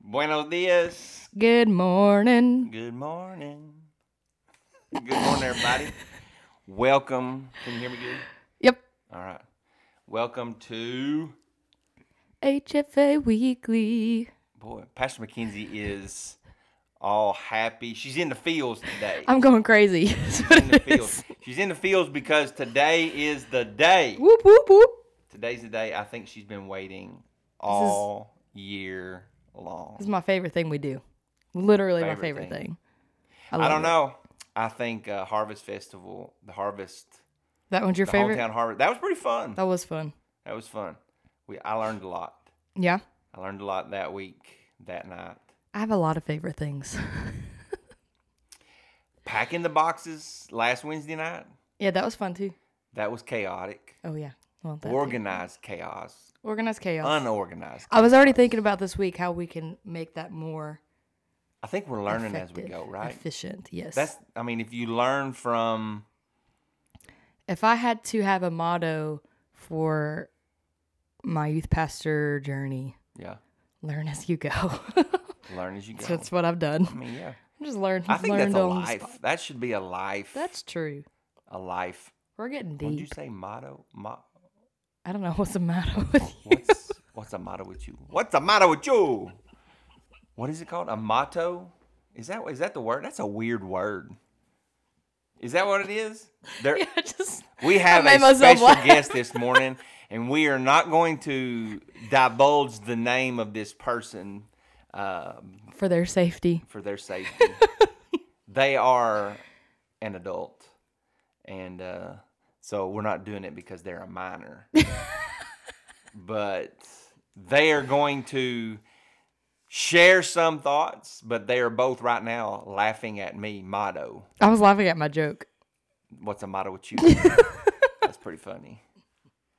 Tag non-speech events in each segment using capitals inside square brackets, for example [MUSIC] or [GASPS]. Buenos dias. Good morning. Good morning. Good morning, everybody. Welcome. Can you hear me good? Yep. All right. Welcome to HFA Weekly. boy. Pastor McKenzie is all happy. She's in the fields today. I'm going crazy. [LAUGHS] That's what in the it fields. is. She's in the fields because today is the day. Whoop whoop whoop. Today's the day. I think she's been waiting all year long. This is my favorite thing we do. Literally my Favorite favorite thing. thing. I love don't it. know. I think uh, Harvest Festival, the Harvest, That one's your the favorite. hometown Harvest. That was pretty fun. That was fun. That was fun. We I learned a lot. Yeah. I learned a lot that week, that night. I have a lot of favorite things. [LAUGHS] Packing the boxes last Wednesday night. yeah, that was fun too. That was chaotic. Oh yeah. Well, that Organized chaos. Organized chaos. Unorganized. I was already thinking about this week how we can make that more I think we're learning as we effective, go, right? efficient. Yes. That's I mean, if you learn from if I had to have a motto for my youth pastor journey, yeah, learn as you go. [LAUGHS] learn as you go. That's what I've I done. [LAUGHS] mean, yeah. I just learned. I think that's learned a on the life. spot. That should be a life. That's true. a life. We're getting Would you deep. say motto? Mo- I don't know [LAUGHS] what's the matter with you. What's what's the matter with you? What's the matter with you? What is it called? A motto? Is that is that the word? That's a weird word. Is that what it is? There, [LAUGHS] [LAUGHS] I just we have made a myself special laugh. guest this morning, and we are not going to divulge the name of this person um, for their safety. for their [LAUGHS] safety. they are an adult, and uh, so we're not doing it because they're a [LAUGHS] minor. but they are going to share some thoughts, but they are both right now laughing at me. Motto. I was laughing at my joke. What's a motto [LAUGHS] with you? That's pretty funny.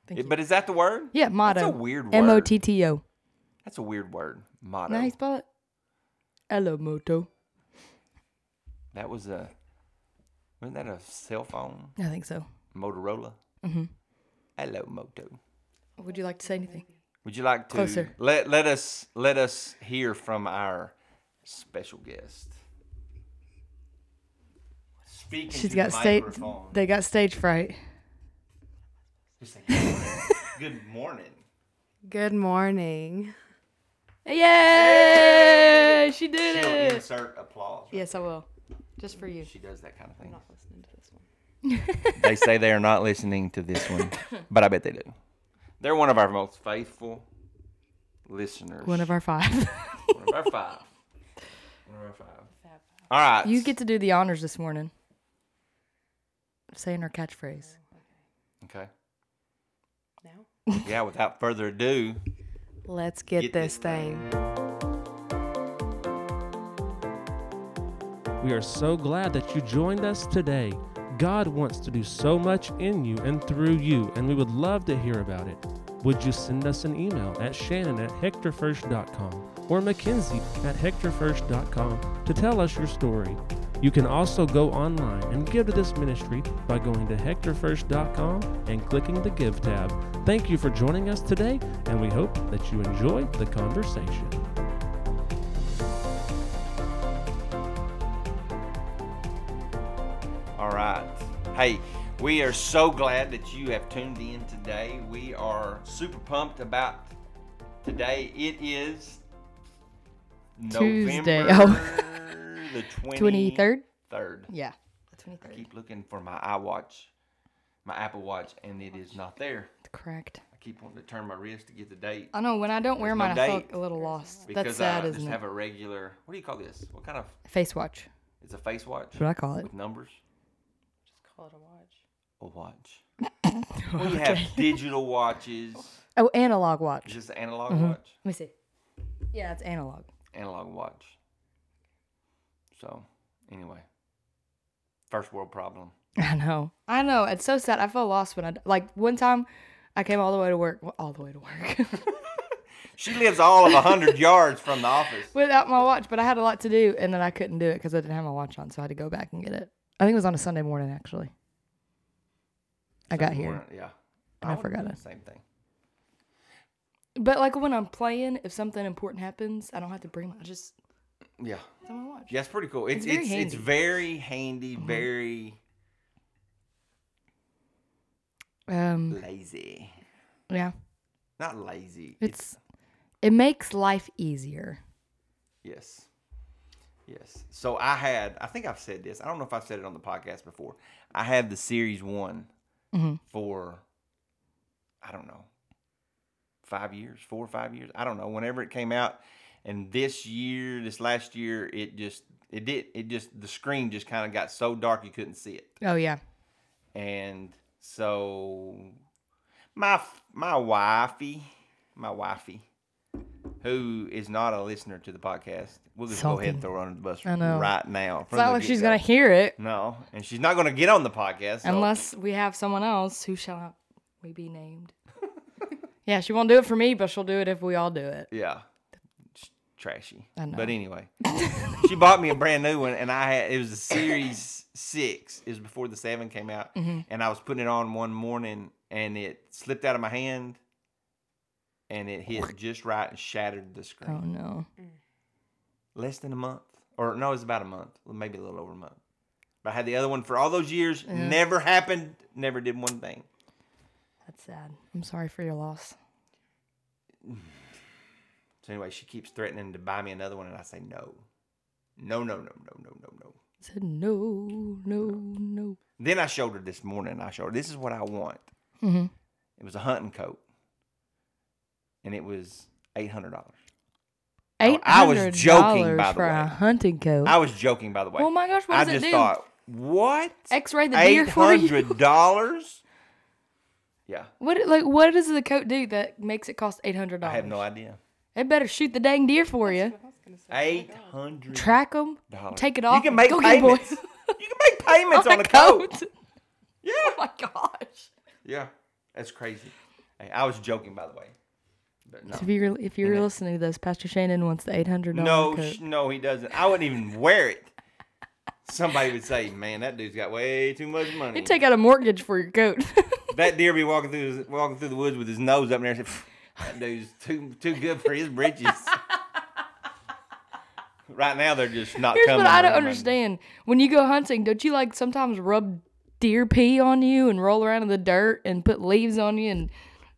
Thank It- you. but is that the word? Yeah, motto. That's a weird word. Oh. M O T T O. That's a weird word. Motto. Now you spell it. Hello, moto. That was a. Wasn't that a cell phone? I think so. Motorola. Mm-hmm. Hello, Moto. Would you like to say anything? Would you like to Closer. let let us let us hear from our special guest? Speaking She's to got the stage. [LAUGHS] microphone. They got stage fright. Just say, Good morning. Good morning. Yay! She did She'll it. insert applause. right? Yes, I will. Just for you. She does that kind of thing. Listening to this one. [LAUGHS] they say they are not listening to this one, but I bet they do. They're one of our most faithful listeners. One of our five. [LAUGHS] one of our five. One of our five. All right. you get to do the honors this morning. Saying her catchphrase. okay. Now? Yeah. Without further ado. Let's get, Get this this thing. We are so glad that you joined us today. God wants to do so much in you and through you, and we would love to hear about it. Would you send us an email at shannon at hectorfirst.com or mckinsey at hectorfirst.com to tell us your story? You can also go online and give to this ministry by going to hectorfirst.com and clicking the Give tab. Thank you for joining us today, and we hope that you enjoy the conversation. All right. Hey, we are so glad that you have tuned in today. We are super pumped about today. It is Tuesday. Oh. November the 23rd? 23rd. Yeah. The I 23rd. keep looking for my iWatch, my Apple Watch, and it is not there. Correct. I keep wanting to turn my wrist to get the date I know when I don't wear There's no mine, I feel date. a little lost. because That's sad, I isn't just it? have a regular. What do you call this? What kind of? Face watch. It's a face watch That's what I call it. with numbers. Just call it a watch. A [LAUGHS] watch. We have digital watches. Oh, analog Is watch. this an analog watch? Let me see. Yeah, it's analog. analog watch. So, anyway, first world problem. [LAUGHS] I know. I know. It's so sad. I feel lost when I like one time I came all the way to work, well, all the way to work [LAUGHS] She lives all of a 100 yards from the office. without my watch, but I had a lot to do and then I couldn't do it because I didn't have my watch on, so I had to go back and get it. I think it was on a Sunday morning actually. I got here. Yeah. And I would've done forgot it. the Same thing. But like when I'm playing, if something important happens, I don't have to bring. My, I just Yeah. it's on my watch. Yeah, it's pretty cool. It's it's it's It's very handy. Mm-hmm. very handy, very Um. lazy. Yeah. Not lazy. It's it makes life easier. Yes. Yes. So I had, I think I've said this. I don't know if I've said it on the podcast before. I had the series one for, I don't know, five years, four or five years. I don't know. Whenever it came out, and this year, this last year, it just, it did, it just, the screen just kind of got so dark you couldn't see it. Oh yeah. And so my my wifey, my wifey, who is not a listener to the podcast, we'll just go ahead and Salty. throw her under the bus I know. right now. It's not like she's gonna hear it No, and she's not gonna get on the podcast so- unless we have someone else who shall not we be named. [LAUGHS] yeah, she won't do it for me, but she'll do it if we all do it. Yeah, It's trashy. I know. But anyway, [LAUGHS] she bought me a brand new one, and I had it was a Series Six. It was before the Seven came out, Mm-hmm. and I was putting it on one morning, and it slipped out of my hand, and it hit just right and shattered the screen. Oh no. Less than a month, or no, it was about a month, maybe a little over a month. But I had the other one for all those years. Never happened. Never did one thing. That's sad. I'm sorry for your loss. So anyway, she keeps threatening to buy me another one, and I say no, no, no, no, no, no, no, no. I said no, no, no. Then I showed her this morning. I showed her this is what I want. Mhm. It was a hunting coat, and it was eight hundred dollars. Eight I was hundred joking, by dollars the for a way. hunting coat. I was joking, by the way. Oh my gosh, what I does it just do? thought, what? X-ray the deer Eight for you. hundred dollars? Yeah, [LAUGHS] What like what does the coat do that makes it cost eight hundred I dollars? have no idea. It better shoot the dang deer for you. I was gonna say. Eight hundred Track them. dollars. Take it off. You can and make go get [LAUGHS] boys. payments. you can [LAUGHS] make payments on a coat. [LAUGHS] Yeah. Oh my gosh. Yeah, that's crazy. Hey, I was joking, by the way. But no. So if you're if you're listening to this, Pastor Shannon wants the eight hundred No, dollars. sh- no, he doesn't. I wouldn't even wear it. Somebody would say, "Man, that dude's got way too much money." you take out a mortgage for your coat. [LAUGHS] that deer be walking through his, walking through the woods with his nose up in there and say, "Pff, "That dude's too too good for his britches." right now, they're just not Here's coming. what I to don't my- understand: when you go hunting, don't you like sometimes rub deer pee on you and roll around in the dirt and put leaves on you and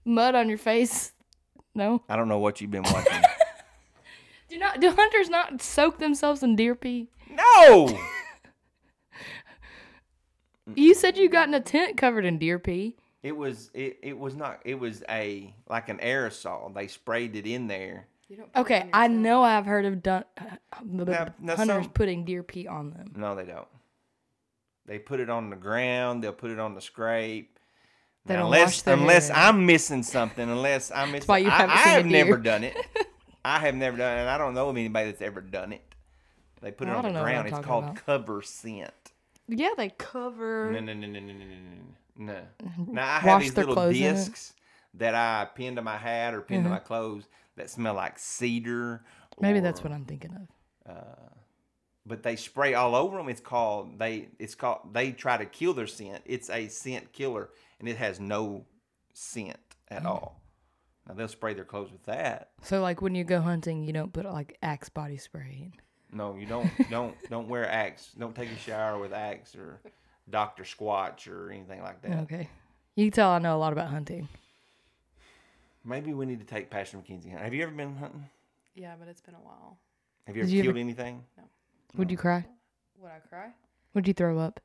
mud on your face? No, I don't know what [LAUGHS] you've been watching. do not do hunters not soak themselves in deer pee? no, You said you got in a tent covered in deer pee. it was it, it was not. It was a like an aerosol. They sprayed it in there. You don't put it Okay, on I yourself. know I've heard of dun- uh, the now hunters some- putting deer pee on them. No, they don't. They put it on the ground. They'll put it on the scrape. They Now, don't unless wash their unless hair. I'm missing something, unless I'm missing. why you I, haven't I seen a have never deer. done [LAUGHS] it. I have never done it, and I don't know of anybody that's ever done it. They put it I on don't the know what I'm ground. It's talking called about. cover scent. Yeah, they cover. No, no, no, no, no, no, no, no, [LAUGHS] no. Now I have Wash these their little clothes in it. Mm-hmm. discs that I pin to my hat or pin to my clothes that smell like cedar. Maybe or- that's what I'm thinking of. but they spray all over them. It's called they. It's called they try to kill their scent. It's a scent killer, and it has no scent at Mm. all. Now they'll spray their clothes with that. So, like when you go hunting, you don't put like Axe body spray in. No, you [LAUGHS] don't. don't don't wear Axe. Don't take a shower with Axe or Doctor Squatch or anything like that. Okay, you can tell I know a lot about hunting. Maybe we need to take Passion McKenzie. hunting. Have you ever been hunting? Yeah, but it's been a while. Have you ever Did you ever- killed anything? Would you cry? Would I cry? Would you throw up?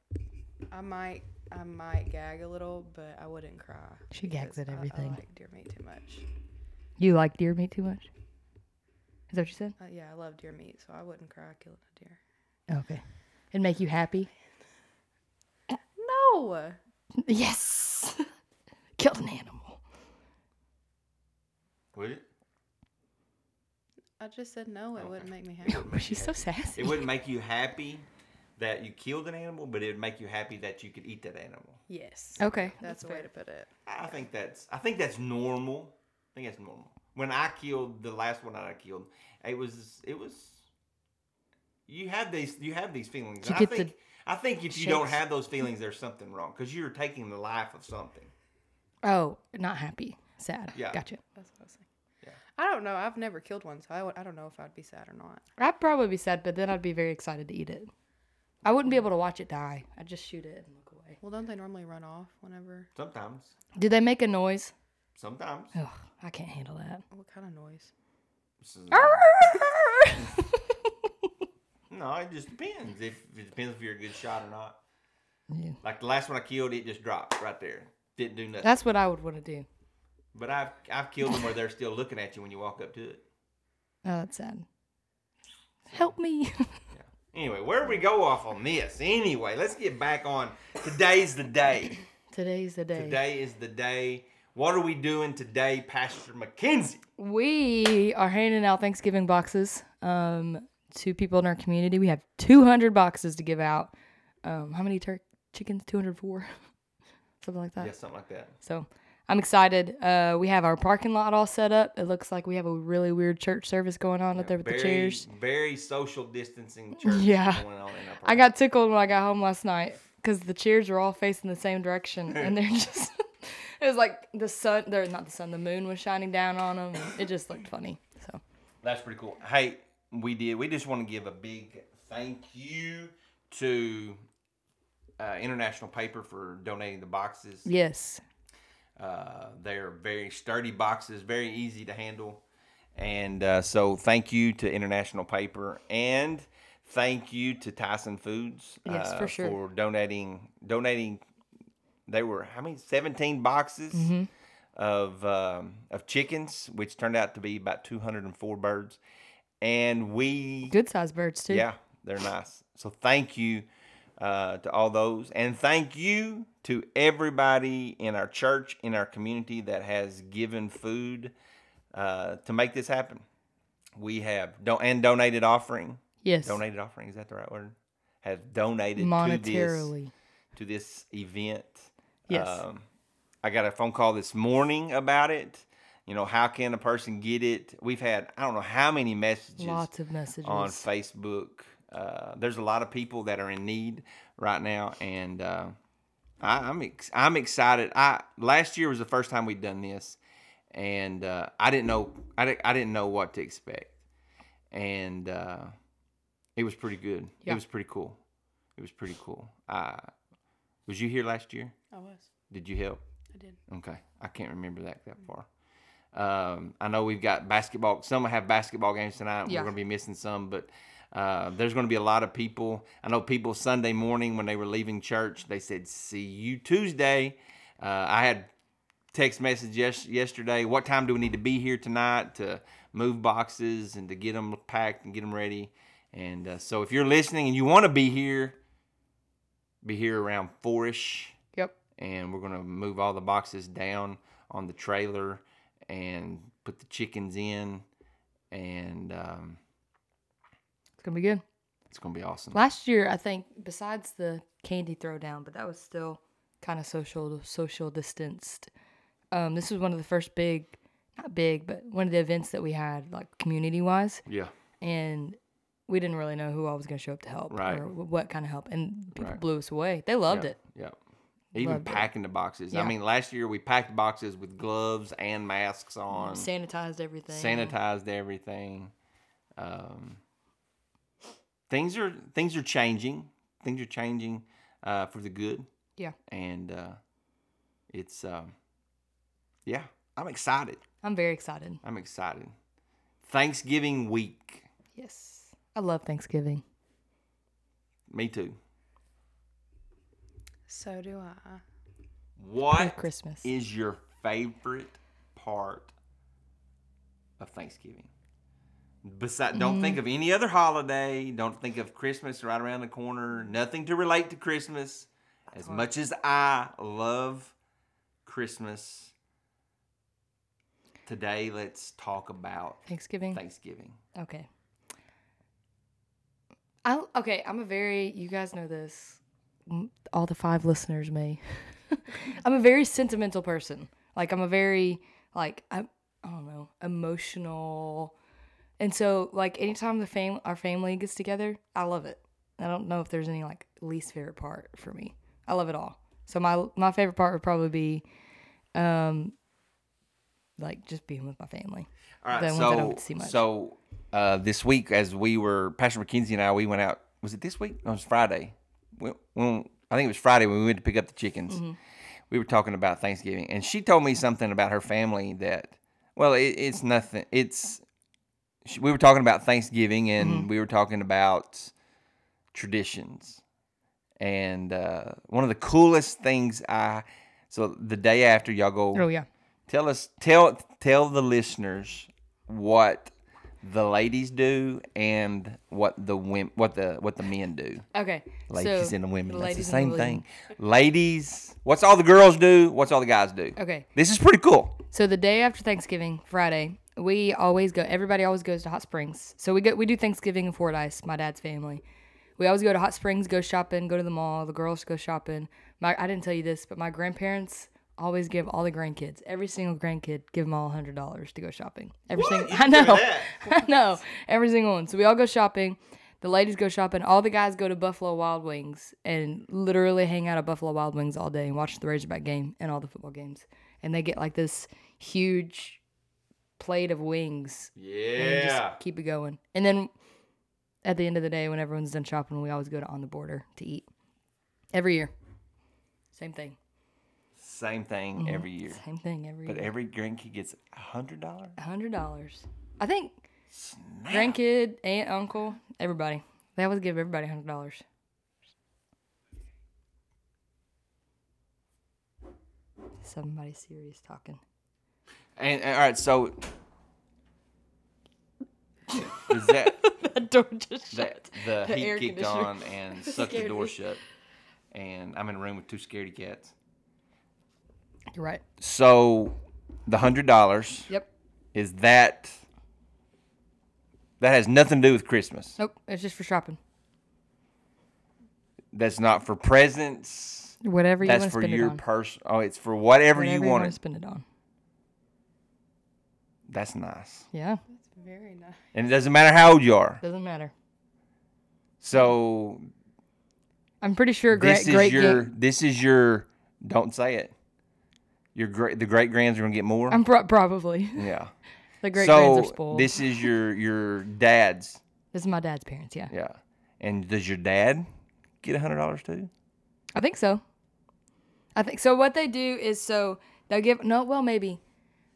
I might, I might gag a little, but I wouldn't cry. She gags because at I- I, everything. like deer meat too much. You like deer meat too much? Is that what you said? Uh, yeah, I love deer meat, so I wouldn't cry killing a deer. Okay. It make you happy? No. [LAUGHS] Yes. [LAUGHS] Killed an animal. Would it? I just said no. It wouldn't make me happy. She's so sassy. It wouldn't make you happy that you killed an animal, but it would make you happy that you could eat that animal. Yes. Okay. That's, the way to put it. I think that's I think that's normal. I think that's normal. When I killed the last one that I killed, it was it was you have these you have these feelings. And you I get the think I think if you don't shakes? have those feelings, there's something wrong because you're taking the life of something. Oh, not happy. Sad. Yeah. Gotcha. That's what I was saying. Yeah. I don't know. I've never killed one, so I w- I don't know if I'd be sad or not. I'd probably be sad, but then I'd be very excited to eat it. I wouldn't be able to watch it die. I'd just shoot it and look away. Well, don't they normally run off whenever? Sometimes. Do they make a noise? Sometimes. Ugh, I can't handle that. [LAUGHS] What kind of noise? This is- No, it just depends. If it depends if you're a good shot or not. Yeah. Like the last one I killed, it just dropped right there. Didn't do nothing. That's what I would want to do. but I've I've killed them where they're still looking at you when you walk up to it. Oh, that's sad. Help me. [LAUGHS] Anyway, where we go off on this? Anyway, let's get back on. Today's the day. [LAUGHS] Today's the day. Today is the day. What are we doing today, Pastor McKenzie? We are handing out Thanksgiving boxes um, to people in our community. We have 200 boxes to give out. Um, how many turk chickens? 204? [LAUGHS] Something like that. Yeah, something like that. So I'm excited. Uh, we have our parking lot all set up. It looks like we have a really weird church service going on up there with very, the chairs. [LAUGHS] Very social distancing church Yeah. going on in our I got tickled when I got home last night because the chairs were all facing the [LAUGHS] same direction, and they're just. [LAUGHS] it was like the sun. They're not the sun. The moon was shining down on them. And it just looked funny. So That's pretty cool. Hey, we did. We just want to give a big thank you to uh, International Paper for donating the boxes. yes, Uh, they are very sturdy boxes, very easy to handle. And uh, so, thank you to International Paper and thank you to Tyson Foods Yes, uh, for sure. for donating donating. They were how many? Seventeen boxes Mm-hmm. of um, of chickens, which turned out to be about two hundred and four birds. And we good sized birds too. yeah, they're nice. So thank you uh, to all those, and thank you to everybody in our church, in our community that has given food uh, to make this happen. We have don- and donated offering. Yes. Donated offering is that the right word? Have donated to this Monetarily. to this event. Yes. Um, I got a phone call this morning about it. You know, how can a person get it? We've had I don't know how many messages Lots of messages. on Facebook. Uh, there's a lot of people that are in need right now, and uh, I, I'm ex- I'm excited. I last year was the first time we'd done this, and uh, I didn't know I, di- I didn't know what to expect, and uh, it was pretty good. It Yeah. was pretty cool. It was pretty cool. Uh, was you here last year? I was. Did you help? I did. Okay, I can't remember that that far. Um, I know we've got basketball. Some have basketball games tonight. Yeah. We're going to be missing some, but uh, there's going to be a lot of people. I know people Sunday morning when they were leaving church, they said, "See you Tuesday." Uh, I had text message yes- yesterday. What time do we need to be here tonight to move boxes and to get them packed and get them ready? And uh, so, if you're listening and you want to be here, be here around four ish Yep. and we're gonna move all the boxes down on the trailer and put the chickens in, and um, It's gonna be good. it's gonna be awesome. Last year, I think, besides the candy throwdown, but that was still kind of social social distanced. Um, this was one of the first big, not big, but one of the events that we had like community wise, Yeah, and we didn't really know who all was gonna show up to help Right. or what kind of help, and people Right. blew us away. They loved it. yeah. Even Loved it. packing the boxes. I Yeah. mean, last year we packed boxes with gloves and masks on, Sanitized everything. sanitized everything. Um, things are things are changing. Things are changing uh, for the good. Yeah, and uh, it's um, yeah i'm excited I'm very excited. i'm excited thanksgiving week Yes, I love Thanksgiving. me too So do I. Or what Christmas. is your favorite part of thanksgiving Besides, don't think of any other holiday. Don't think of Christmas right around the corner. Nothing to relate to Christmas. As much as I love Christmas, today let's talk about Thanksgiving. Thanksgiving. Okay. I okay. I'm a very you guys know this. m- All the five listeners may. [LAUGHS] I'm a very sentimental person. Like I'm a very like I I don't know emotional, and so like anytime the fam our family gets together, I love it. I don't know if there's any like least favorite part for me. I love it all. So my my favorite part would probably be, um, like just being with my family. All right, the ones so I don't get to see much. so uh, this week, as we were Pastor McKenzie and I, we went out. Was it this week? No, it was Friday. We, when, I think it was Friday when we went to pick up the chickens. Mm-hmm. We were talking about Thanksgiving, and she told me something about her family that, well, it, it's nothing. It's she, we were talking about Thanksgiving, and Mm-hmm. we were talking about traditions. And uh, one of the coolest things I so the day after y'all go Oh yeah. Tell us, tell tell the listeners what the ladies do and what the wim, what the what the men do. Okay. Ladies so and the women, that's the ladies and same the thing. Ladies, what's all the girls do? What's all the guys do? Okay. This is pretty cool. So the day after Thanksgiving, Friday, we always go. Everybody always goes to Hot Springs. So we go. We do Thanksgiving in Fordyce. My dad's family. We always go to Hot Springs, go shopping, go to the mall. The girls go shopping. My I didn't tell you this, but my grandparents always give all the grandkids, every single grandkid, give them all hundred dollars to go shopping. Every single. [LAUGHS] I know. I know. Every single one. So we all go shopping. The ladies go shopping. All the guys go to Buffalo Wild Wings and literally hang out at Buffalo Wild Wings all day and watch the Razorback game and all the football games. And they get like this huge plate of wings. And just keep it going. And then at the end of the day, when everyone's done shopping, we always go to On the Border to eat. Every year. Same thing. Same thing every year. Same thing Mm-hmm. every But year. every grandkid gets a hundred dollars. hundred dollars. I think grandkid, aunt, uncle, everybody. They always give everybody hundred dollars. Somebody serious talking. And, and all right, so is [LAUGHS] that [LAUGHS] That door just that the, The air heat kicked conditioner. on [LAUGHS] and sucked the Scared door me. shut? And I'm in a room with two scaredy cats. You're right. So the hundred dollars Yep. is that that has nothing to do with Christmas. Nope. It's just for shopping. That's not for presents. Whatever you want That's to for spend your it on. person. Oh, it's for whatever, Whatever you want. to it. spend it on. That's nice, Yeah. That's very nice. and it doesn't matter how old you are. Doesn't matter. So I'm pretty sure great this is great your. ga- This is your. Don't say it. Your great. The great grands are gonna get more. I'm pro- probably [LAUGHS] yeah. the Um, great so grands are spoiled. this is your your dad's. this is my dad's parents. Yeah. Yeah. And does your dad get a hundred dollars too? I think so. I think so. What they do is so they'll give no, well maybe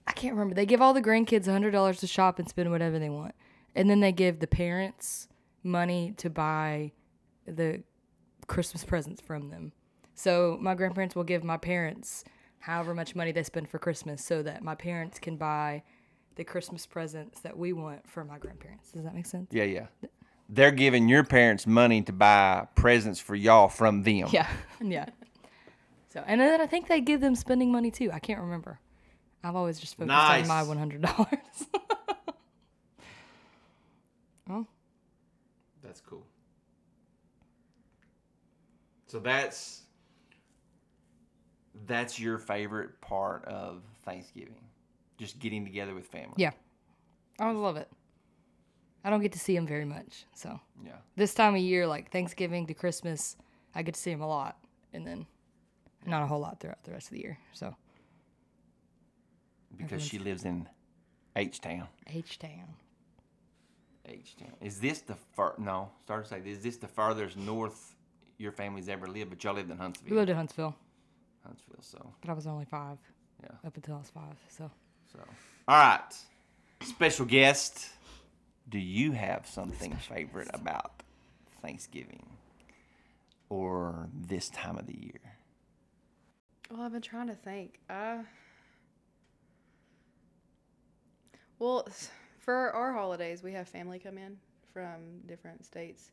I can't remember. They give all the grandkids hundred dollars to shop and spend whatever they want, and then they give the parents money to buy the Christmas presents from them. So my grandparents will give my parents however much money they spend for Christmas, so that my parents can buy the Christmas presents that we want for my grandparents. Does that make sense? Yeah, yeah. They're giving your parents money to buy presents for y'all from them. Yeah, [LAUGHS] yeah. So, and then I think they give them spending money too. I can't remember. I've always just focused on my Nice. one hundred dollars. [LAUGHS] That's cool. So that's that's your favorite part of Thanksgiving. Just getting together with family. yeah, I always love it. I don't get to see them very much, so Yeah. this time of year, like Thanksgiving to Christmas, I get to see them a lot, and then not a whole lot throughout the rest of the year. So Because she lives in H Town. H town. H Town. Is this the far no, start to say is this the farthest north your family's ever lived, but y'all lived in Huntsville. We lived in Huntsville, Huntsville, so but I was only five yeah. up until I was five. So So, all right, special guest, do you have something favorite about Thanksgiving or this time of the year? Well, I've been trying to think. Uh, well, s- for our holidays, we have family come in from different states,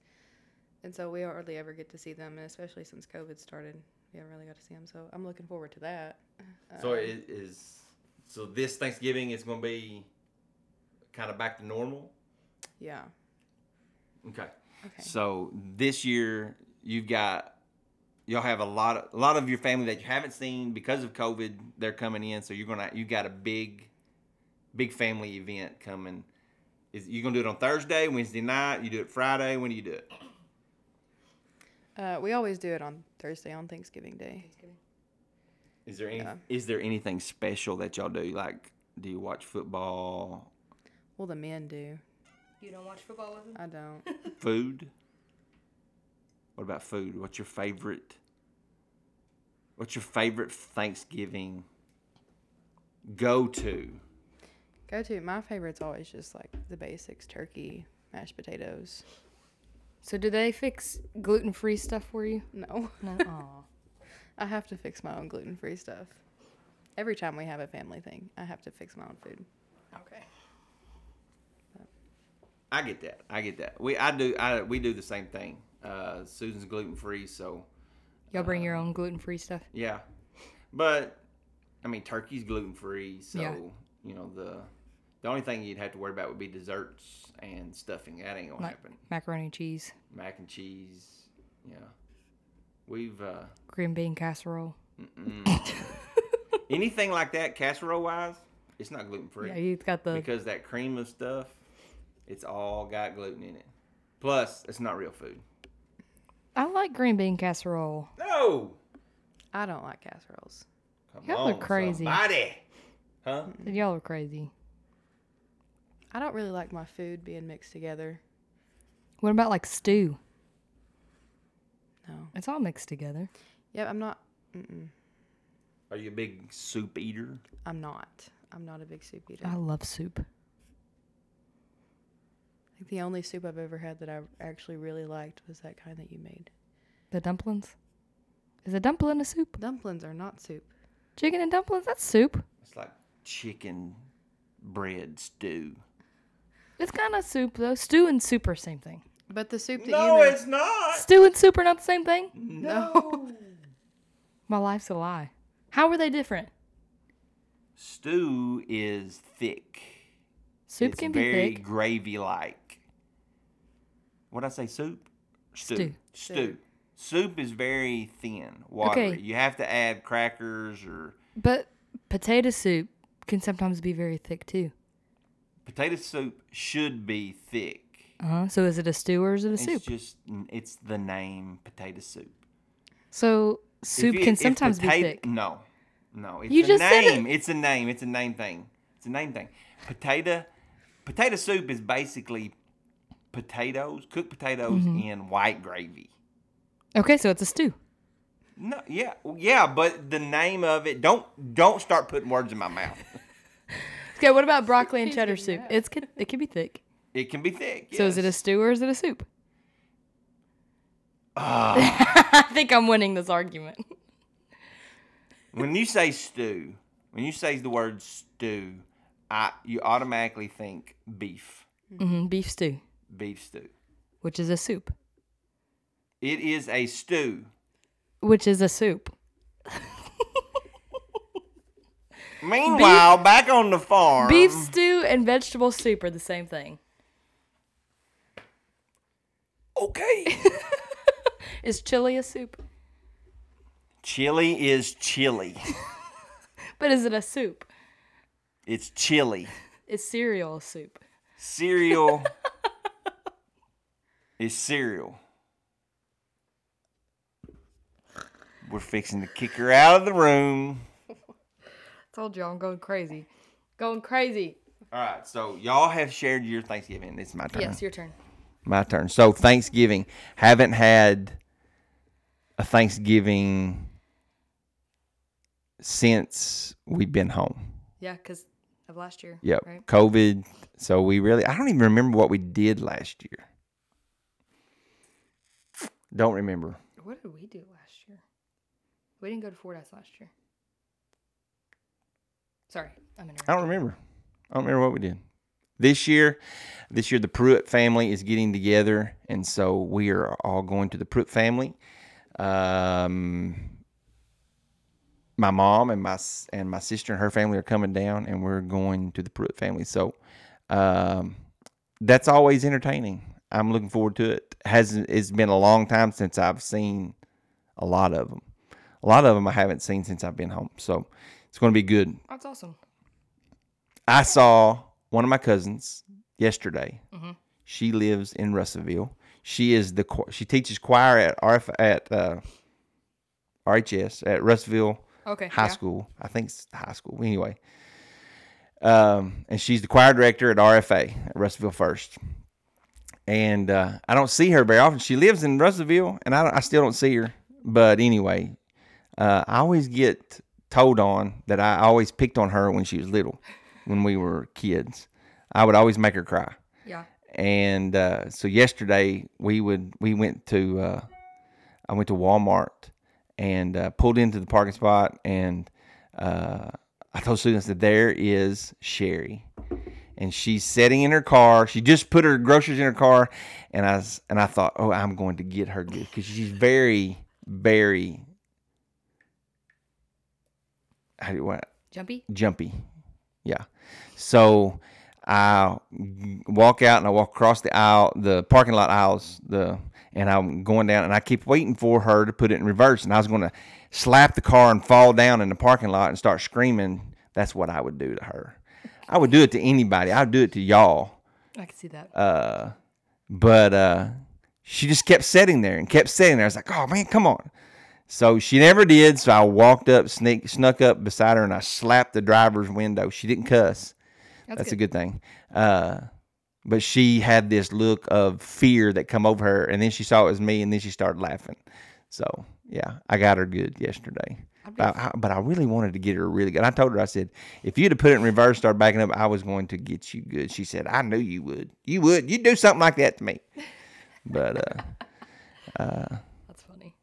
and so we hardly ever get to see them, and especially since COVID started, we haven't really got to see them. So I'm looking forward to that. So Um, it is. So this Thanksgiving is going to be kind of back to normal. yeah. Okay. Okay. So this year you've got y'all have a lot of a lot of your family that you haven't seen because of COVID. They're coming in, so you're gonna you got a big, big family event coming. Is you gonna do it on Thursday, Wednesday night? You do it Friday. When do you do it? Uh, we always do it on Thursday on Thanksgiving Day. Is there any Yeah. is there anything special that y'all do? Like, do you watch football? Well, the men do. You don't watch football with him? I don't. Food. What about food? What's your favorite? What's your favorite Thanksgiving go to? Go to my favorite's always just like the basics: turkey, mashed potatoes. So do they fix gluten free stuff for you? No, [LAUGHS] No. Aw. I have to fix my own gluten-free stuff. Every time we have a family thing, I have to fix my own food. okay. I get that. I get that. We I do I we do the same thing. Uh, Susan's gluten free, so Y'all bring Um, your own gluten free stuff? yeah. But I mean, turkey's gluten free, so Yeah. you know the the only thing you'd have to worry about would be desserts and stuffing. That ain't gonna Like happen. macaroni and cheese, Mac and cheese. Yeah, we've uh, green bean casserole. anything like that casserole wise, it's not gluten free. [LAUGHS] Yeah, you've got the because that cream of stuff, it's all got gluten in it. Plus, it's not real food. I like green bean casserole. No, I don't like casseroles. come Y'all are on, crazy. somebody, huh? Y'all are crazy. I don't really like my food being mixed together. What about like stew? No. It's all mixed together. Yep, I'm not. Mm-mm, Are you a big soup eater? I'm not. I'm not a big soup eater. I love soup. Like the only soup I've ever had that I actually really liked was that kind that you made. The dumplings. Is a dumpling a soup? Dumplings are not soup. Chicken and dumplings, that's soup. It's like chicken bread stew. It's kind of soup though. Stew and soup are same thing. But the soup that No, you made, it's not. Stew and soup are not the same thing? no. My life's a lie. How are they different? Stew is thick. Soup it's can be very thick. gravy like. What I say, soup? Stew. Stew. Soup is very thin, watery. Okay. You have to add crackers or But potato soup can sometimes be very thick too. potato soup should be thick. Uh-huh. So is it a stew or is it a soup? It's just it's the name potato soup. So If soup you- can if sometimes be potato- thick. No, no, it's You a just said it. name. It's a name. It's a name thing. It's a name thing. Potato, potato soup is basically potatoes, cooked potatoes Mm-hmm. in white gravy. Okay, so it's a stew. No, yeah, yeah, but the name of it. Don't don't start putting words in my mouth. Okay, what about broccoli and cheddar soup? It's could, it can be thick. It can be thick. So is it a yes. stew or is it a soup? Ah. [LAUGHS] I think I'm winning this argument. when you say stew? When you say the word stew, I you automatically think beef, hmm beef stew, beef stew. which is a soup, It is a stew. which is a soup. Meanwhile, back on the farm, Beef stew and vegetable soup are the same thing. Okay. [LAUGHS] Is chili a soup? chili is chili. But is it a soup? It's chili. Is cereal a soup? [LAUGHS] Cereal is cereal. We're fixing to kick her out of the room. told you I'm going crazy. Going crazy. All right, so y'all have shared your Thanksgiving. It's my turn. Yes, your turn. my turn. So Thanksgiving, haven't had a Thanksgiving since we've been home. Yeah, because of last year. Yep. Right? COVID. So we really, I don't even remember what we did last year. Don't remember. What did we do last year? We didn't go to Fordyce last year. Sorry, I'm in. I don't remember. I don't remember what we did. This year, this year the Pruitt family is getting together, and so we are all going to the Pruitt family. Um, my mom and my s- and my sister and her family are coming down, and we're going to the Pruitt family. So um, that's always entertaining. I'm looking forward to it. hasn't It's been a long time since I've seen a lot of them. A lot of them I haven't seen since I've been home. So it's going to be good. That's Oh, awesome. I saw one of my cousins yesterday. Mm-hmm. She lives in Russellville. She is the cho- she teaches choir at RF at uh, RHS at Russellville Okay. High yeah. School. I think it's high school. Anyway, Um, and she's the choir director at RFA at Russellville First. And uh, I don't see her very often. She lives in Russellville, and I, don't- I still don't see her. But anyway, uh, I always get told on that I always picked on her when she was little, when we were kids. I would always make her cry Yeah. and uh, so yesterday we would we went to uh, I went to Walmart and uh, pulled into the parking spot and uh, I told Susan I said there is Sherry and she's sitting in her car she just put her groceries in her car and I s- and I thought oh I'm going to get her good because she's very very how do what Jumpy? jumpy. Yeah. So I walk out and I walk across the aisle, the parking lot aisles, the and I'm going down and I keep waiting for her to put it in reverse and I was going to slap the car and fall down in the parking lot and start screaming. That's what I would do to her. I would do it to anybody. I would do it to y'all I can see that. uh, but uh, she just kept sitting there and kept sitting there. I was like, "Oh man, come on!" So she never did. So I walked up, sneak, snuck up beside her, and I slapped the driver's window. She didn't cuss. That's, a good thing. Uh, but she had this look of fear that come over her, and then she saw it was me, and then she started laughing. So yeah, I got her good yesterday. But I, but I really wanted to get her really good. I told her, I said, if you'd have put it in reverse, started backing up, I was going to get you good. She said, I knew you would. You would. You'd do something like that to me. But uh, That's funny.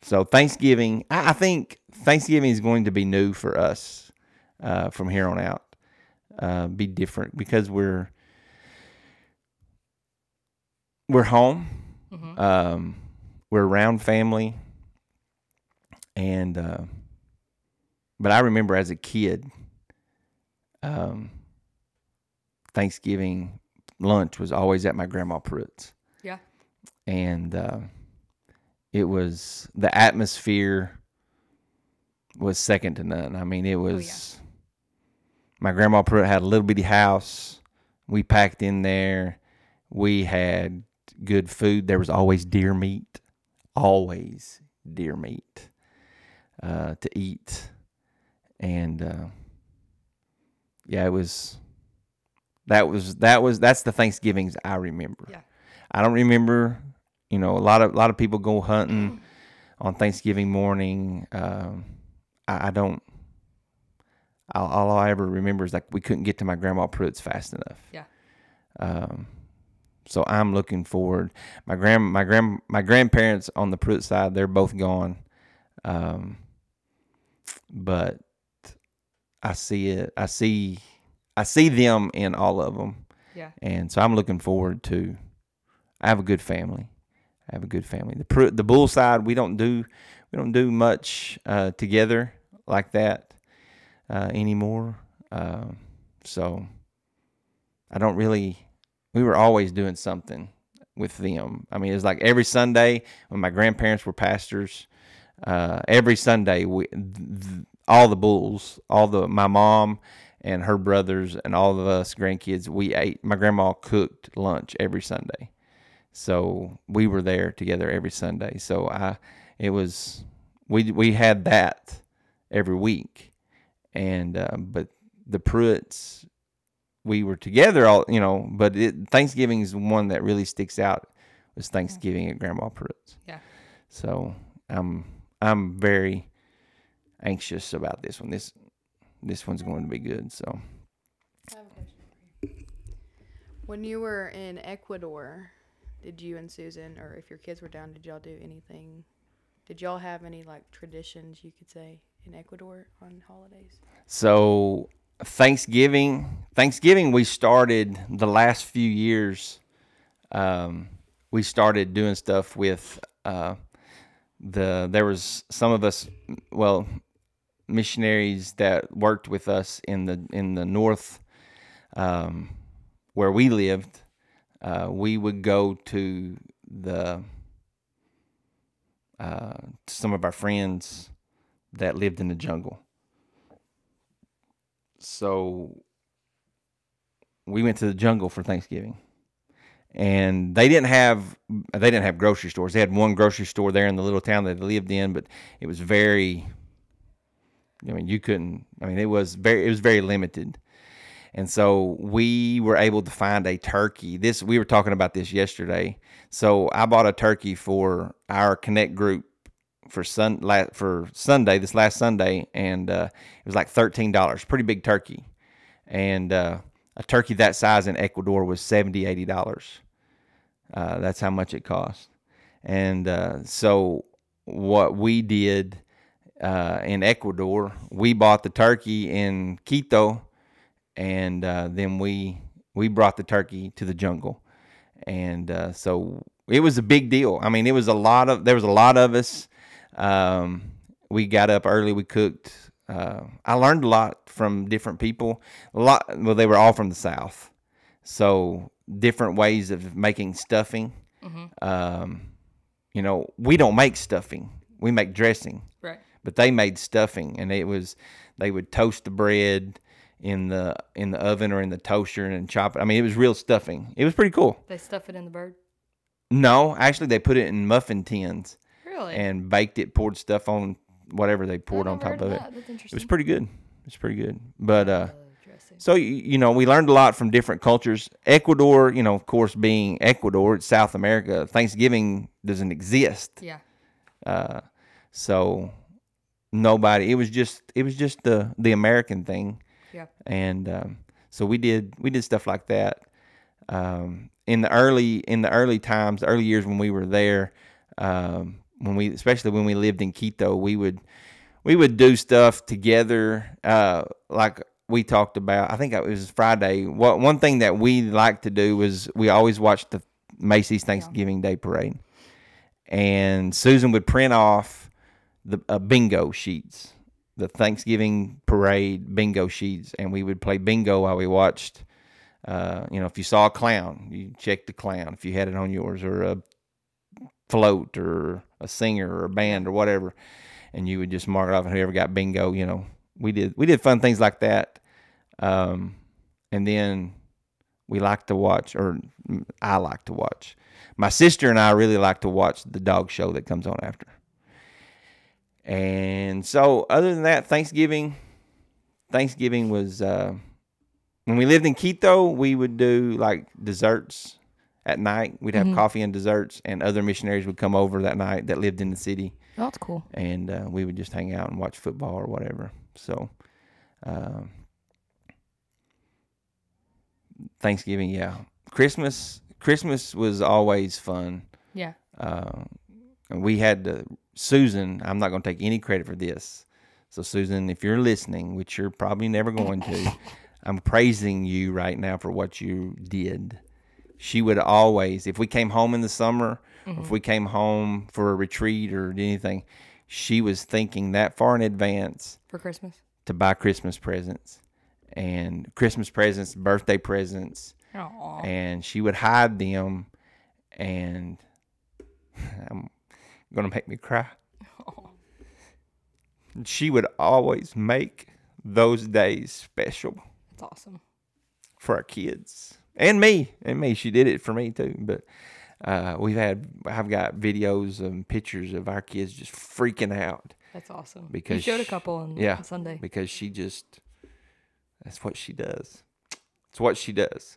so Thanksgiving, I, I think Thanksgiving is going to be new for us uh, from here on out. Uh, be different because we're we're home. hmm Um, we're around family, and uh, but I remember as a kid, um, Thanksgiving lunch was always at my grandma Pruitt's. Yeah. and uh, it was the atmosphere was second to none. I mean, it Oh, yeah. was. My grandma Pruitt had a little bitty house. We packed in there. We had good food. There was always deer meat, always deer meat uh, to eat, and uh, yeah, it was. That was that was that's the Thanksgivings I remember. Yeah. I don't remember, you know, a lot of a lot of people go [CLEARS THROAT] hunting on Thanksgiving morning. Um, I, I don't. All, all I ever remember is like we couldn't get to my grandma Pruitt's fast enough. Yeah. Um, so I'm looking forward. My grand my grand my grandparents on the Pruitt side, they're both gone. Um, but I see it. I see I see them in all of them. Yeah. And so I'm looking forward to. I have a good family. I have a good family. The Pru- the bull side we don't do we don't do much uh, together like that uh, anymore. Um so I don't really. We were always doing something with them. I mean, it's like every Sunday when my grandparents were pastors. Uh, every Sunday, we th- th- all the bulls, all the my mom and her brothers and all of us grandkids, we ate. My grandma cooked lunch every Sunday, so we were there together every Sunday. So I, it was we we had that every week, and uh, but the Pruitts, we were together all you know. But it, Thanksgiving is one that really sticks out. Was Thanksgiving at Grandma Pruitt's. Yeah. So I'm I'm very anxious about this one. This this one's going to be good. So When you were in Ecuador, did you and Susan, or if your kids were down, did y'all do anything? Did y'all have any like traditions you could say in Ecuador on holidays? so Thanksgiving Thanksgiving we started the last few years. Um, we started doing stuff with uh, the there was some of us well missionaries that worked with us in the in the north um, where we lived uh, we would go to the uh, to some of our friends that lived in the jungle so we went to the jungle for thanksgiving and they didn't have they didn't have grocery stores they had one grocery store there in the little town that they lived in but it was very I mean, you couldn't. I mean, it was very it was very limited, And so we were able to find a turkey. This we were talking about this yesterday. So I bought a turkey for our connect group for sun la, for Sunday this last Sunday, and uh, it was like thirteen dollars. Pretty big turkey, and uh, a turkey that size in Ecuador was 70 dollars. Uh, that's how much it cost. And uh, so what we did uh, in Ecuador, we bought the turkey in Quito, and uh, then we we brought the turkey to the jungle, and uh, so it was a big deal. I mean, it was a lot of there was a lot of us. Um, we got up early. We cooked. Uh, I learned a lot from different people. A lot. Well, they were all from the south, so different ways of making stuffing. Um, you know, we don't make stuffing. We make dressing Right. but they made stuffing and it was they would toast the bread in the in the oven or in the toaster and chop it. I mean, it was real stuffing. It was pretty cool. They stuff it in the bird. No, actually they put it in muffin tins Really? and baked it, poured stuff on whatever they poured on top of it. That's It interesting. was pretty good. It's pretty good. But uh dressing. so y- you know, we learned a lot from different cultures. Ecuador, you know, of course, being Ecuador, it's South America. Thanksgiving doesn't exist. Yeah. Uh, so nobody. It was just it was just the the American thing, Yeah. and um, so we did we did stuff like that. Um, in the early in the early times, the early years when we were there, um, when we especially when we lived in Quito, we would we would do stuff together. Uh, like we talked about, I think it was Friday. What one thing that we liked to do was we always watched the Macy's Thanksgiving Day Parade and Susan would print off the uh, bingo sheets, the Thanksgiving parade bingo sheets, and we would play bingo while we watched. Uh, you know, if you saw a clown, you checked the clown. If you had it on yours, or a float, or a singer, or a band, or whatever, and you would just mark it off. And whoever got bingo, you know, we did we did fun things like that. Um, and then we like to watch, or mm, I like to watch. My sister and I really like to watch the dog show that comes on after. And so, other than that, Thanksgiving, Thanksgiving was uh, when we lived in Quito. We would do like desserts at night. We'd have coffee and desserts, and other missionaries would come over that night that lived in the city, Oh, That's cool. and uh, we would just hang out and watch football or whatever. So, um, Thanksgiving, yeah. Christmas, Christmas was always fun Yeah. uh, and we had to, Susan. I'm not going to take any credit for this. So Susan, if you're listening, which you're probably never going to, I'm praising you right now for what you did. She would always, if we came home in the summer, or if we came home for a retreat or anything, she was thinking that far in advance For Christmas. to buy Christmas presents and Christmas presents, birthday presents Aw. and she would hide them and [LAUGHS] I'm gonna make me cry. She would always make those days special That's awesome. for our kids and me and me. She did it for me too. But uh, we've had I've got videos and pictures of our kids just freaking out That's awesome. you Because showed a sh- couple on, yeah, on Sunday. because she just that's what she does. It's what she does,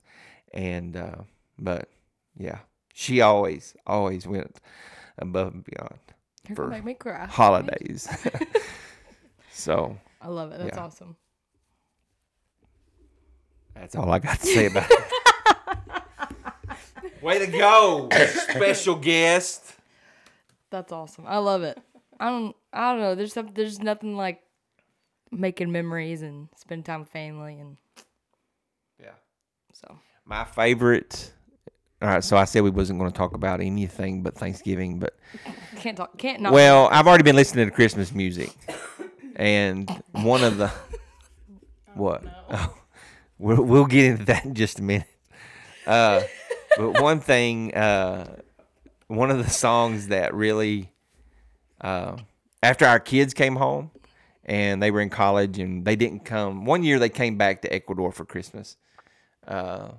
and uh, but yeah, she always always went above and beyond You're for gonna make me cry. holidays. [LAUGHS] so I love it. That's Yeah. awesome. that's all I got to say about it. Way to go, special guest. That's awesome. I love it. I don't. I don't know. There's some, There's nothing like making memories and spending time with family and Yeah. so. My favorite. All right, so I said we wasn't going to talk about anything but Thanksgiving, but Can't talk. Can't not. well, I've already been listening to Christmas music, and one of the what? Oh, we'll, we'll get into that in just a minute. Uh, but one thing, uh, one of the songs that really, uh, after our kids came home, and they were in college, and they didn't come. One year they came back to Ecuador for Christmas, uh,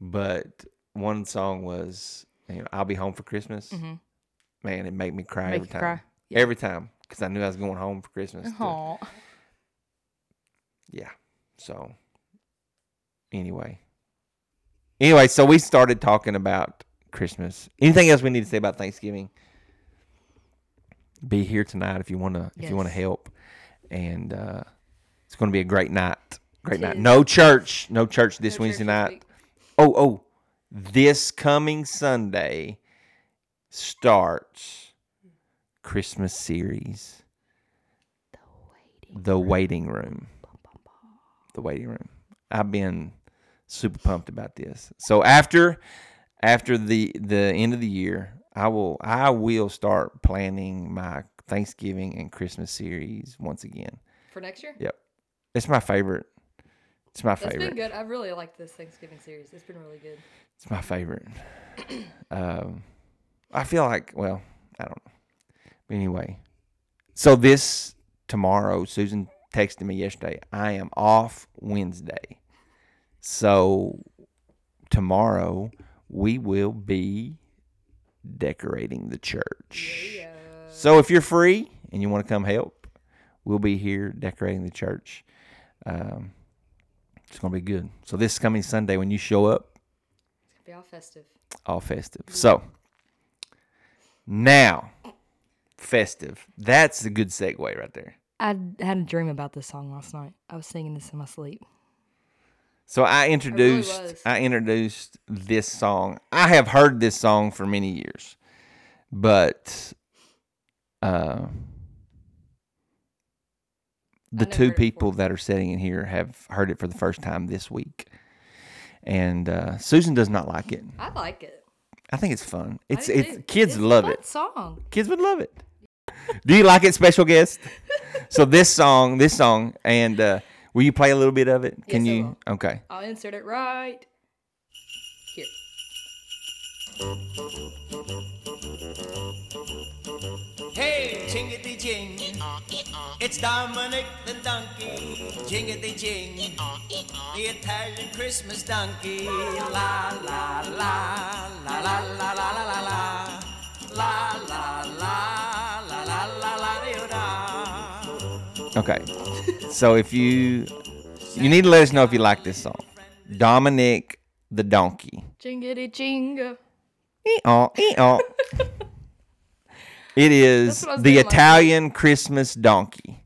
but one song was, you know, "I'll be home for Christmas." Man, it made me cry every Mm-hmm. Make you time. cry. Yeah. Uh-huh. Every time, because I knew I was going home for Christmas. to- Aw. yeah. So Anyway. Anyway, so we started talking about Christmas. Anything else we need to say about Thanksgiving? Be here tonight if you wanna if you wanna Yes. help. And uh it's gonna be a great night. Great It night. is. No church. No church this No church Wednesday night. week. Oh, oh, this coming Sunday starts Christmas series. The waiting room. The waiting room. I've been super pumped about this. So after after the the end of the year, I will I will start planning my Thanksgiving and Christmas series once again. For next year? Yep. It's my favorite. It's my That's favorite. been good. I really like this Thanksgiving series. It's been really good. It's my favorite. um, I feel like, well, I don't know. But anyway, so this tomorrow, Susan texted me yesterday. I am off Wednesday. So tomorrow we will be decorating the church. Yeah. So if you're free and you want to come help, we'll be here decorating the church. Um, it's going to be good. So this coming Sunday, when you show up, It's gonna be all festive. all festive. So now, festive. That's a good segue right there. I had a dream about this song last night. I was singing this in my sleep. So I introduced was. I introduced this song. I have heard this song for many years, but uh, the never two heard it people before. that are sitting in here have heard it for the first time this week, and uh, Susan does not like it. I like it. I think it's fun. I It's do it's too. kids It's a love fun it. Song. Kids would love it. Do you like it, special guest? so this song, this song, and uh, will you play a little bit of it? Can Yes, I you? Okay. I'll insert it right here. Hey, jingity jing. It's Dominic the donkey. Jingity jing. The Italian Christmas donkey. La la la la la la la la la la. La la la la la la la di, da. Okay. So if you you need to let us know if you like this song, Dominic the Donkey. Jingity jingo. Ee-aw, [LAUGHS] ee-aw. Oh, eh, it is That's what I was the doing last Italian Christmas donkey,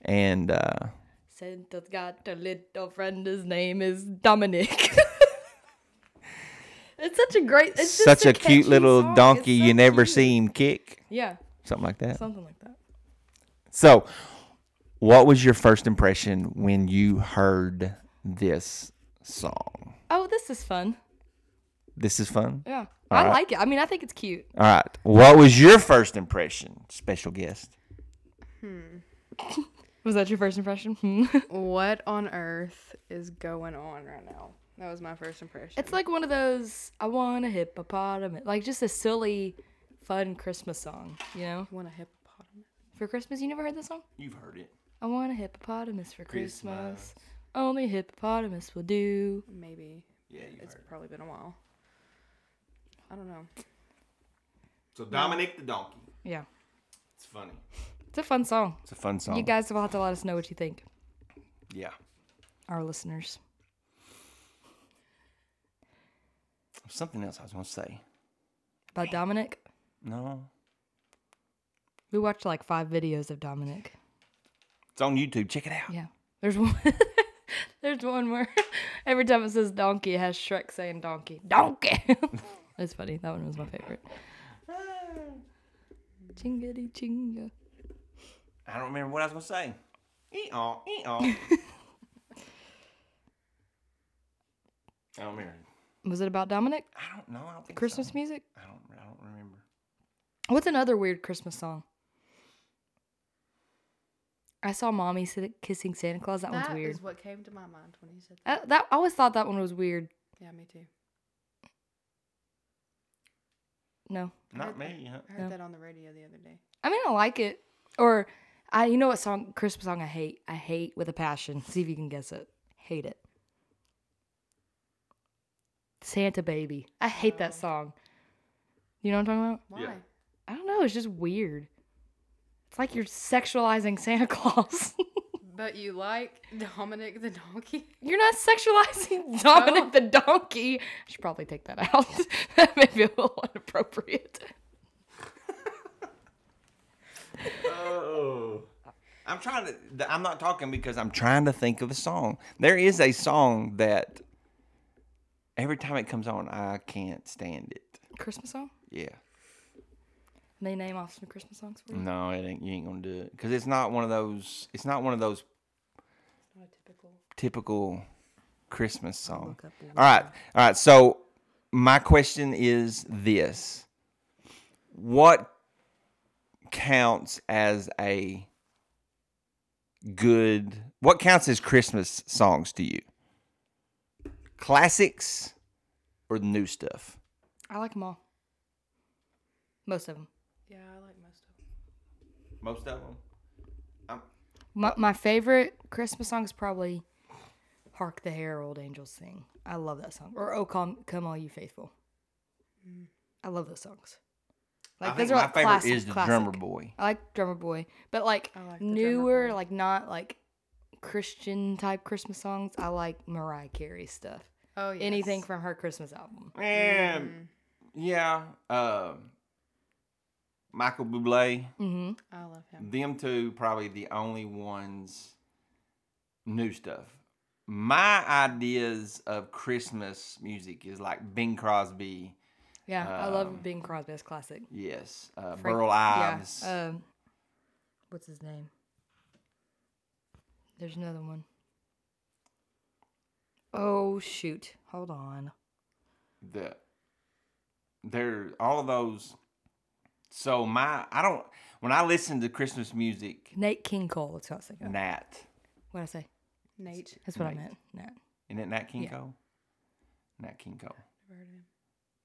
and uh, Santa's got a little friend. His name is Dominic. [LAUGHS] it's such a great, it's just such a, cute catchy little song. It's donkey. so you never cute. see him kick, Yeah, something like that. something like that. So, what was your first impression when you heard this song? Oh, this is fun. This is fun. Yeah, I like it. I mean, I think it's cute. All right. What was your first impression, special guest? Was that your first impression? Hmm. [LAUGHS] What on earth is going on right now? That was my first impression. it's like one of those I want a hippopotamus, like just a silly, fun Christmas song. You know, want a hippopotamus? for Christmas, you never heard that song? You've heard it. I want a hippopotamus for Christmas. Only a hippopotamus will do. Maybe. Yeah, you've It's probably been a while. I don't know. So Dominic the donkey. Yeah, It's funny. it's a fun song. It's a fun song. You guys will have to let us know what you think, yeah. our listeners. Something else I was gonna say. About Dominic, No. we watched like five videos of Dominic. It's on YouTube. Check it out. Yeah, there's one. [LAUGHS] there's one where [LAUGHS] every time it says donkey, it has Shrek saying donkey, donkey. [LAUGHS] That's funny. That one was my favorite. Chingity chinga. I don't remember what I was gonna say. Ee-aw, ee-aw. I don't remember. Was it about Dominic? I don't know. I don't think so. Christmas music? I don't. I don't remember. What's another weird Christmas song? I saw mommy sit- kissing Santa Claus. That, one's That weird. is what came to my mind when you said that. I, that I always thought that one was weird. Yeah, me too. No, Not me. Huh? I heard Yeah. that on the radio the other day. I mean I like it. Or I, you know what song Christmas song I hate? I hate with a passion. [LAUGHS] See if you can guess it. Hate it. Santa Baby. I hate that Oh. song. You know what I'm talking about? Why? Yeah. I don't know. It's just weird. It's like you're sexualizing Santa Claus. [LAUGHS] But you like Dominic the donkey? You're not [LAUGHS] sexualizing Dominic the donkey. I should probably take that out. [LAUGHS] that may be a little inappropriate. Oh. I'm trying to. th- I'm not talking because I'm trying to think of a song. There is a song that every time it comes on, I can't stand it. Christmas song? Yeah. May name off some Christmas songs for you. No, it ain't. You ain't gonna do it because it's not one of those. It's not one of those typical Christmas song. All right, all right. So my question is this: What counts as a good? What counts as Christmas songs to you? Classics or the new stuff? I like them all. Most of them. Yeah, I like most of them. Most of them. My, my favorite Christmas song is probably Hark the Herald Angels Sing. I love that song. Or Oh Come, Come All You Faithful. I love those songs. Mm. I think my favorite is the Drummer Boy. I like Drummer Boy, but like, I like the Drummer newer, Boy. like not like Christian type Christmas songs. I like Mariah Carey stuff. Oh yeah. Anything from her Christmas album. Um, yeah. Um, Michael Bublé. Mm-hmm. I love him. Them two probably the only ones new stuff. My ideas of Christmas music is like Bing Crosby. Yeah, I Um, love Bing Crosby. That's classic. Yes, uh, Frank- Burl Ives. Yeah. Um, what's his name? There's another one. Oh shoot! Hold on. the they're all of those. So my I don't when I listen to Christmas music, Nate King Cole. That's what I was thinking. Nat What I say? Nate. That's what Nate. I meant. Nat. isn't it Nat King Yeah. Cole? Nat King Cole. Never heard of him.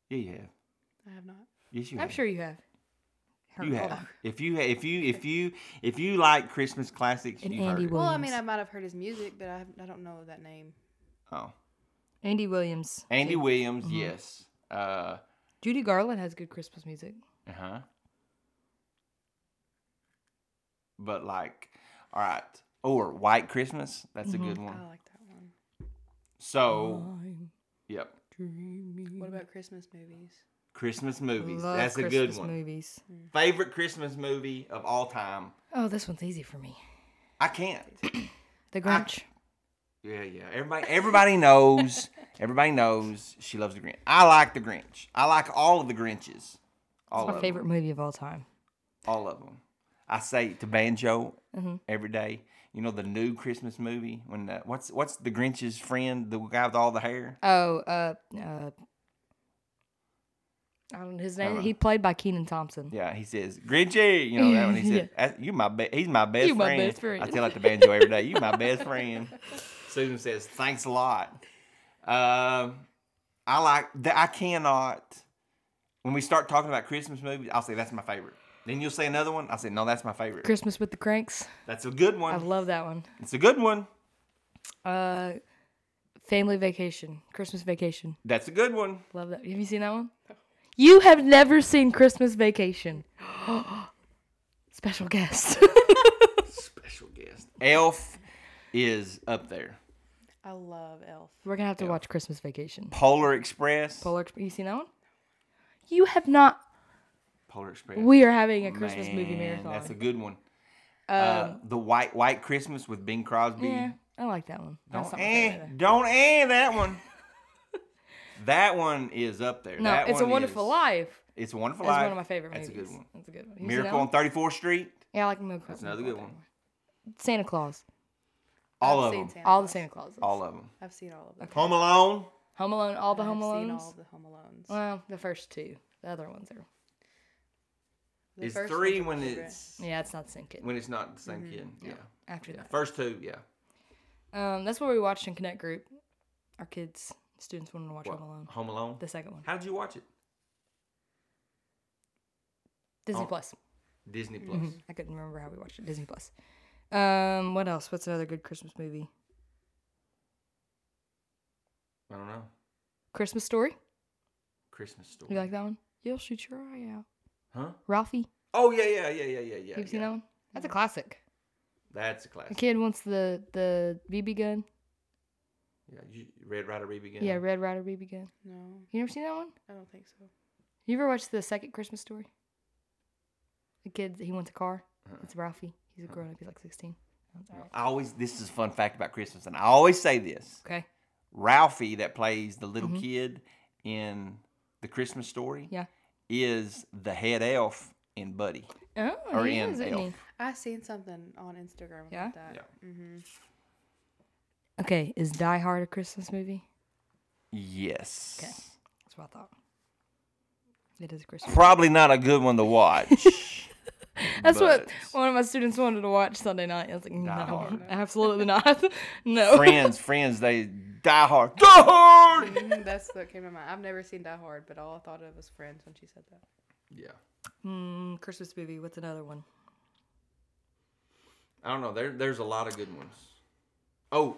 Yeah, you have. I have not. Yes, you I'm have. sure you have. Her- you hold have. on. If you if you if you if you like Christmas classics, And you Andy heard it. Williams. Well, I mean, I might have heard his music, but I, have, I don't know that name. Oh, Andy mm-hmm. Williams. Andy too. Williams, yes. Uh uh-huh. Judy Garland has good Christmas music. huh. But like, all right, or White Christmas. That's Mm-hmm. a good I Oh. one. like that one. So, I'm yep, dreaming. What about Christmas movies? Christmas movies. Love That's a good Christmas one. Movies. Favorite Christmas movie of all time. Oh, this one's easy for me. I can't. The Grinch. Yeah, yeah. Everybody, everybody [LAUGHS] knows. Everybody knows she loves the Grinch. I like the Grinch. I like all of the Grinches. All my of favorite movie of all time. them. All of them. I say to banjo every day. You know the new Christmas movie when the, what's what's the Grinch's friend, the guy with all the hair? Oh, uh, uh, I don't know his name. He played by Keenan Thompson. Yeah, he says Grinchy. You know that one. He [LAUGHS] says "That's- you my be- he's my best You my friend. best friend. I tell that to banjo every day. You my best [LAUGHS] friend. Susan says thanks a lot. Um, I like that. I cannot. When we start talking about Christmas movies, I'll say that's my favorite. Then you'll say another one. I'll say no, that's my favorite. Christmas with the Cranks. That's a good I one. love that one. It's a good one. Uh, Family Vacation, Christmas Vacation. That's a good one. Love that. Have you seen that one? You have never seen Christmas Vacation. [GASPS] Special guest. [LAUGHS] Special guest. Elf is up there. I love Elf. We're gonna have to watch Christmas Vacation. Polar Express. Polar. Exp- You seen that one? You have not. Polar Express. We are having a Christmas movie Man, marathon. Um, That's a good one. uh, the white white Christmas with Bing Crosby. yeah, I like that one. That's Don't not my favorite eh, either. don't eh that [LAUGHS] one. that one is up there. No, That it's a one Wonderful is- Life. It's a wonderful It's life. one of my favorite That's a movies. good one. That's a good one. You seen that Miracle on one? Thirty Fourth Street. Yeah, I like Miracle. That's another good one. Santa Claus. All I've of seen them. Santa All the Claus. Santa Clauses. All of them. I've seen all of them. Home Alone. Home Alone. All the Home I've seen Alones. all of the Home Alones. Well, the first two. The other ones are. The it's first one's three my when favorite. it's Yeah, Mm-hmm. it's not Sink It. when it's not the same kid. Yeah. After that. First two. Yeah. Um, that's what we watched in Connect Group. Our kids, students wanted to watch What? Oh. Home Alone. Home Alone. The second one. How did you watch it? Disney Oh. Plus. Disney Plus. I couldn't remember how we watched it. Disney Plus. Um, what else? What's another good Christmas movie? I don't know. Christmas Story. Christmas Story. You like that one? You'll shoot your eye out. Huh? Ralphie. Oh yeah yeah yeah yeah yeah yeah. You've seen yeah. that one? That's a classic. That's a The classic. kid wants the the BB gun. Yeah, you, Red Rider Rebegin. Yeah, Red Rider BB gun. No, You never seen that one? I don't think so. You ever watched the second Christmas story? The kid he wants a car. Uh-uh. It's Ralphie. He's a grown up. He's like sixteen. That's all right. I always this is a fun fact about Christmas, and I always say this: Okay. Ralphie, that plays the little kid in the Christmas story, Mm-hmm. Yeah. is the head elf in Buddy. Oh, Or he in is, isn't Elf. he? I seen something on Instagram Yeah? about that. Okay, is Die Hard a Christmas movie? Yes. Okay. That's what I thought. It is a Christmas. Probably not a good one to watch. [LAUGHS] That's what but- one of my students wanted to watch Sunday night. I was like, no, [LAUGHS] Hard. absolutely not. [LAUGHS] no. friends, friends, they die hard. Die hard. Mhm, [LAUGHS] That's what came to mind. I've never seen Die Hard, but all I thought of was Friends when she said that. Yeah. Mm, Christmas movie. What's another one? I don't know. There, there's a lot of good ones. Oh,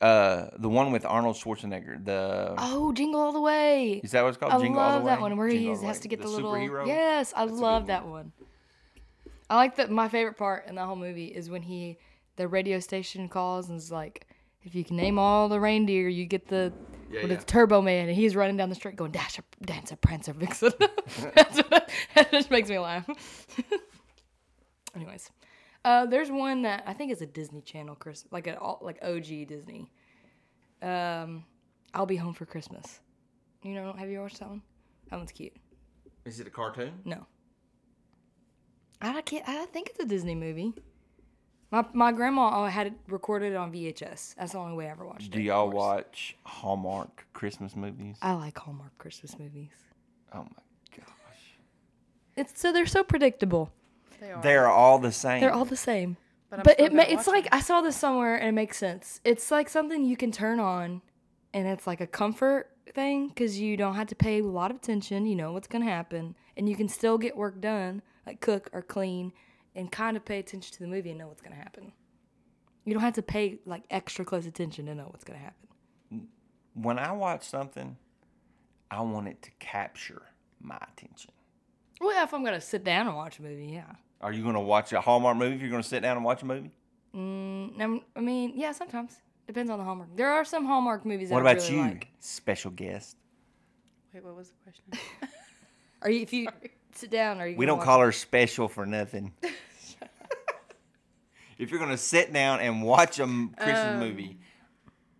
uh, the one with Arnold Schwarzenegger. The Oh, Jingle All the Way. is that what it's called? I Jingle All love the Way? that one where Jingle he All is- the has Way. to get the, the little. superhero? Yes, I good love one. that one. I like that. My favorite part in that whole movie is when he, the radio station calls and is like, "If you can name all the reindeer, you get the." Yeah, but yeah. it's Turbo Man, and he's running down the street going Dasher, Dancer, Prancer, [LAUGHS] Vixen. That's what, [LAUGHS] that just makes me laugh. [LAUGHS] Anyways, uh, there's one that I think is a Disney Channel Christmas, like an all- like OG Disney. Um, I'll be home for Christmas. You know, have you watched that one? That one's cute. Is it a cartoon? No. I can't. I think it's a Disney movie. My my grandma al- had it recorded on VHS. That's the only way I ever watched it. Do of y'all course. watch Hallmark Christmas movies? I like Hallmark Christmas movies. Oh my gosh. It's so they're so predictable. They are. They're all the same. They're all the same. But I'm But still it ma- gonna it's watch like I saw this somewhere and it makes sense. It's like something you can turn on, and it's like a comfort thing because you don't have to pay a lot of attention. You know what's gonna happen, and you can still get work done, like cook or clean, and kind of pay attention to the movie and know what's gonna happen. You don't have to pay like extra close attention to know what's gonna happen. when I watch something, I want it to capture my attention. Well, if I'm gonna sit down and watch a movie, yeah. Are you going to watch a Hallmark movie if you're going to sit down and watch a movie? Mm, I'm- I mean, yeah, sometimes depends on the Hallmark. There are some Hallmark movies. what that I about really you, Like. special guest? Wait, what was the [LAUGHS] question? Are you if you sit down? Are you? We gonna don't watch- call her special for [LAUGHS] nothing. if you're going to sit down and watch a m- Christmas Um, movie,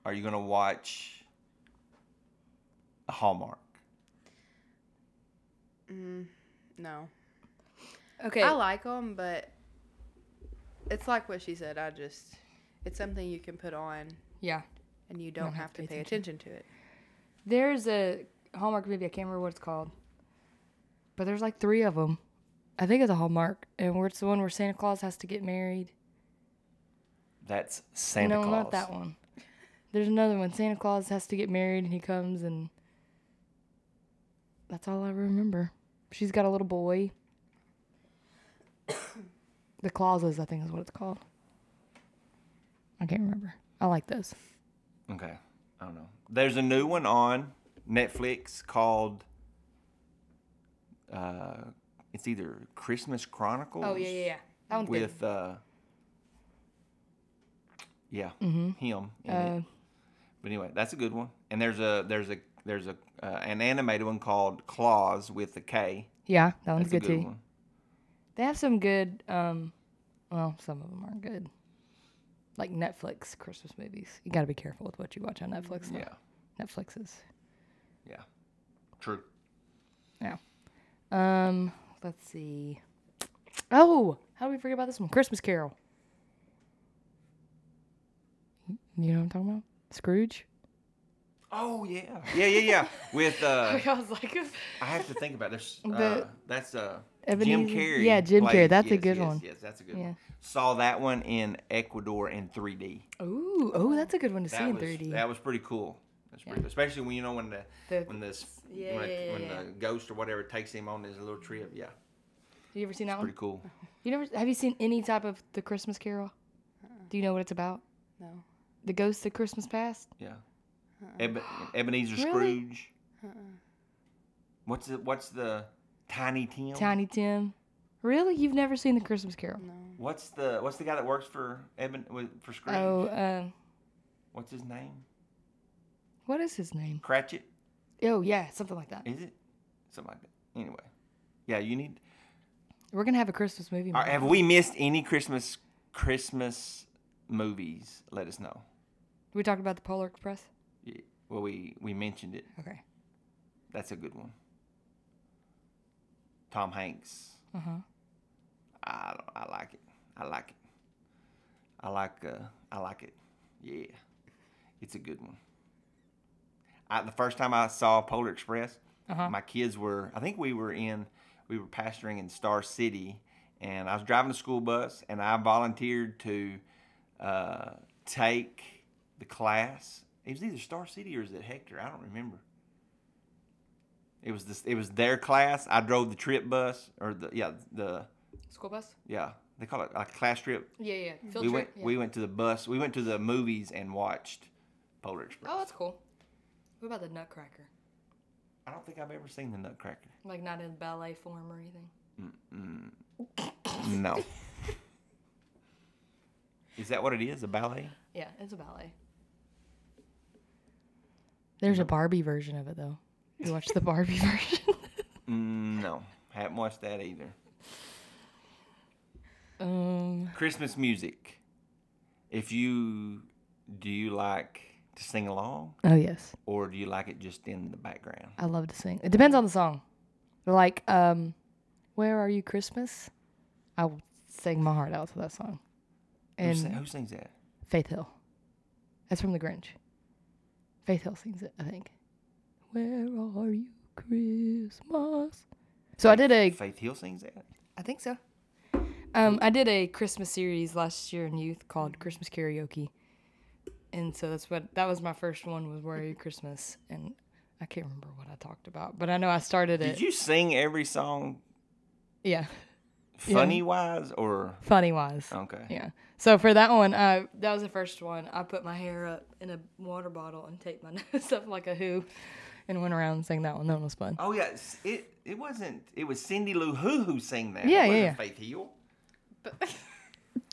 are you going to watch a Hallmark? no. Okay. I like them, but it's like what she said. I just, it's something you can put on yeah. and you don't, have, to pay attention. to it. There's a Hallmark movie. I can't remember what it's called, but there's like three of them. I think it's a Hallmark, and where it's the one where Santa Claus has to get married. That's Santa no, Claus. not that one. There's another one. Santa Claus has to get married, and he comes, and that's all I remember. She's got a little boy. [COUGHS] the clauses, I think, is what it's called. I can't remember. I like those. Okay. I don't know. There's a new one on Netflix called uh it's either Christmas Chronicles. Oh, yeah. That one's With uh Yeah, Mm-hmm. him in Um, Uh, it. But anyway, that's a good one. And there's a there's a there's a uh, an animated one called Claws with the K. Yeah, that one's That's good, a too. good one. They have some good, um, well, some of them aren't good. Like Netflix Christmas movies. You got to be careful with what you watch on Netflix. though. Yeah. Netflix is. Yeah. True. Yeah. Um, let's see. Oh, how did we forget about this one? Christmas Carol. You know what I'm talking about? Scrooge? Oh yeah. Yeah, yeah, yeah. With [LAUGHS] uh [LAUGHS] I was like, I have to think about this. Uh, The- that's uh, Jim Ebenezer- Carrey. yeah, Jim Carrey, played- that's a yes, good yes, one. Yes, that's a good Yeah. one. Saw that one in Ecuador in 3D. ooh, oh, that's a good one to That see in was, 3D. That was pretty cool. That's pretty cool. Especially when you know when the, The- when this Yeah, when, yeah, when yeah, the ghost or whatever takes him on his little trip. Yeah, you ever seen that one? pretty cool. You never have you seen any type of The Christmas Carol? Do you know what it's about? No. The Ghost of Christmas Past? Yeah. [GASPS] Eben- Ebenezer Really? Scrooge. What's the What's the Tiny Tim? Tiny Tim, Really? You've never seen The Christmas Carol? What's the What's the guy that works for Eben with- for Scrooge? Oh, uh, What's his name? what is his name? Cratchit? Oh, yeah, something like that. Is it something like that? Anyway, yeah, you need. We're gonna have a Christmas movie. All month. right, have we missed any Christmas Christmas movies? Let us know. we talked about the Polar Express. Yeah, Well, we we mentioned it. Okay. That's a good one. Tom Hanks. Uh huh. I I like it. I like it. I like uh I like it. Yeah. It's a good one. I, the first time I saw Polar Express, my kids were I think we were in we were pastoring in Star City and I was driving a school bus and I volunteered to uh, take the class. It was either Star City or is it Hector? I don't remember. It was this it was their class. I drove the trip bus or the yeah, the School bus. yeah, they call it like a class trip. Yeah, yeah. Field we trip. went yeah. we went to the bus. We went to the movies and watched Polar Express. Oh, that's cool. What about the Nutcracker? I don't think I've ever seen the Nutcracker. Like not in ballet form or anything. [LAUGHS] No. is that what it is? A ballet? Yeah, it's a ballet. There's a Barbie version of it though. You watch the Barbie [LAUGHS] version. Mm, No, haven't watched that either. um, Christmas music. If you do you like to sing along oh yes, or do you like it just in the background? I love to sing. It depends on the song. Like, um, "Where Are You Christmas?" I will sing my heart out to that song. Who, And sing, who sings that? Faith Hill. That's from The Grinch. Faith Hill sings it, I think. Where are you, Christmas? So I did a, Faith Hill sings that. I think so. Um, I did a Christmas series last year in youth Mm-hmm. called Christmas Karaoke, and so that's what that was my first one was Where Are You Christmas, and I can't remember what I talked about, but I know I started it. Did you sing every song yeah, funny wise or funny wise. okay? Yeah. So for that one, uh, that was the first one. I put my hair up in a water bottle and taped my [LAUGHS] nose up like a who, and went around and sang that one. That one was fun. Oh yeah, s- it it wasn't. It was Cindy Lou Who who sang that. Yeah, it yeah, wasn't yeah. Faith Hill. [LAUGHS]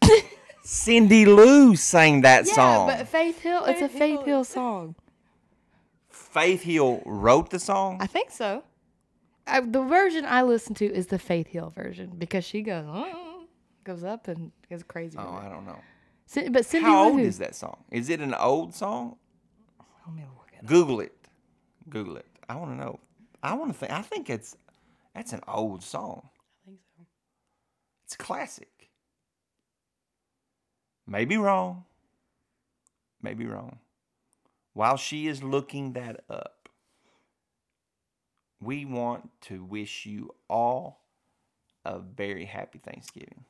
Cindy Lou sang that yeah, song. but Faith Hill. it's a Faith Hill. song. Faith Hill wrote the song. I think so. I, the version I listen to is the Faith Hill version because she goes "Oh," goes up and goes crazy. oh, with it. I don't know. Cin- but Cindy How Lou old Who- is that song? Is it an old song? Let me look it up. Google it. Google it. I want to know. I want to think. I think it's that's an old song. I think so. It's a classic. Maybe wrong. Maybe wrong. While she is looking that up, we want to wish you all a very happy Thanksgiving.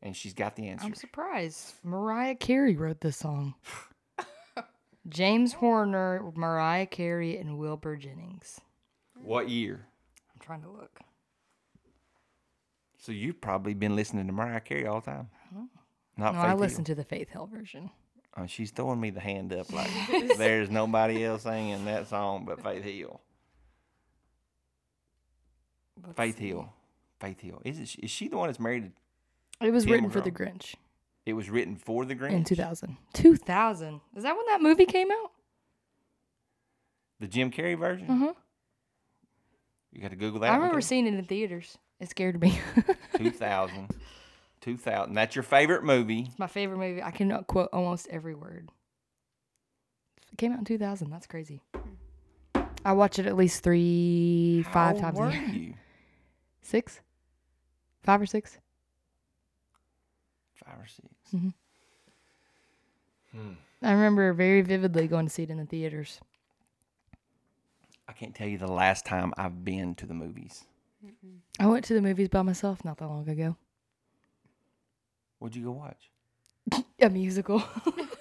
And she's got the answer. I'm surprised. Mariah Carey wrote [LAUGHS] this song. James Horner, Mariah Carey, and Wilbur Jennings. What year? I'm trying to look. So you've probably been listening to Mariah Carey all the time. Not Oh. No, Faith I Hill. listened to the Faith Hill version. Oh, she's throwing me the hand up [LAUGHS] like there's nobody else singing that song but Faith Hill. Faith Hill. Faith Hill. Is, it, is she the one that's married? It was Tim written for The Drum. Grinch It was written for the Grinch. in 2000. 2000. Is that when that movie came out? The Jim Carrey version? Uh-huh. You got to Google that. I look remember it up. seeing it in theaters. It scared me. [LAUGHS] 2000. 2000. That's your favorite movie. My favorite movie. I can quote almost every word. It came out in 2000. That's crazy. I watch it at least three, five How times old a year. were you? Six? Five or six? Five or 6 Mm-hmm. I remember very vividly going to see it in the theaters. I can't tell you the last time I've been to the movies. I went to the movies by myself not that long ago. What'd you go watch? a musical.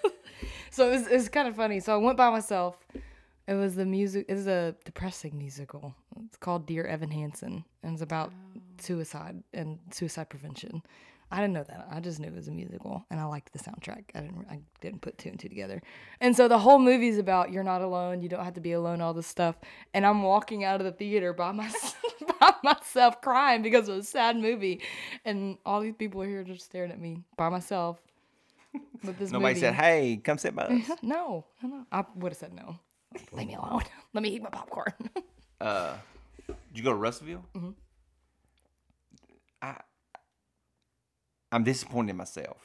[LAUGHS] so it was, it was kind of funny. So I went by myself. It was the music. It was a depressing musical. It's called Dear Evan Hansen, and it's about suicide and suicide prevention. I didn't know that. I just knew it was a musical, and I liked the soundtrack. I didn't. I didn't put two and two together. And so the whole movie's about you're not alone. You don't have to be alone. All this stuff. And I'm walking out of the theater by myself. [LAUGHS] by myself crying because of a sad movie, and all these people are here just staring at me by myself. With this Nobody movie. Mm-hmm. said, "Hey, come sit by us." No, no, no. I would have said no. Leave me alone. [LAUGHS] Let me eat my popcorn. [LAUGHS] Uh, Did you go to Russellville? Mm-hmm. I, I'm disappointed in myself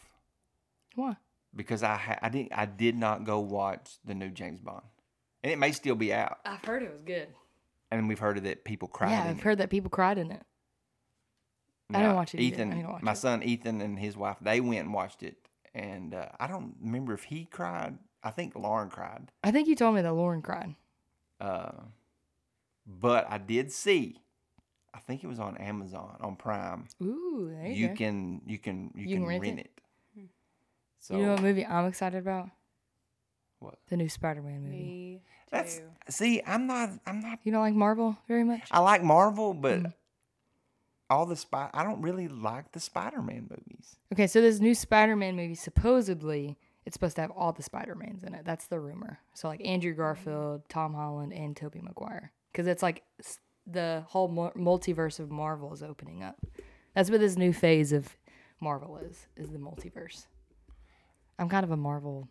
Why? because I ha- I didn't I did not go watch the new James Bond, and it may still be out. I've heard it was good. And we've heard that people cried. yeah, in I've it. heard that people cried in it. I didn't Now, watch it either. I Ethan, didn't watch my it. son Ethan and his wife, they went and watched it, and uh, I don't remember if he cried. I think Lauren cried, I think you told me that Lauren cried. uh, but I did see. I think it was on Amazon on Prime. Ooh, there you, You go. can you can you, You can can rent, rent it. it? So you know what movie I'm excited about? What? The new Spider-Man movie. Me that's too. see, I'm not I'm not You don't like Marvel very much? I like Marvel, but Mm-hmm. all the spy I don't really like the Spider Man movies. Okay, so this new Spider-Man movie supposedly it's supposed to have all the Spider-Mans in it. That's the rumor. So like Mm. Andrew Garfield, Tom Holland, and Tobey Maguire, because it's like s- the whole mul- multiverse of Marvel is opening up. That's what this new phase of Marvel is is the multiverse. I'm kind of a Marvel.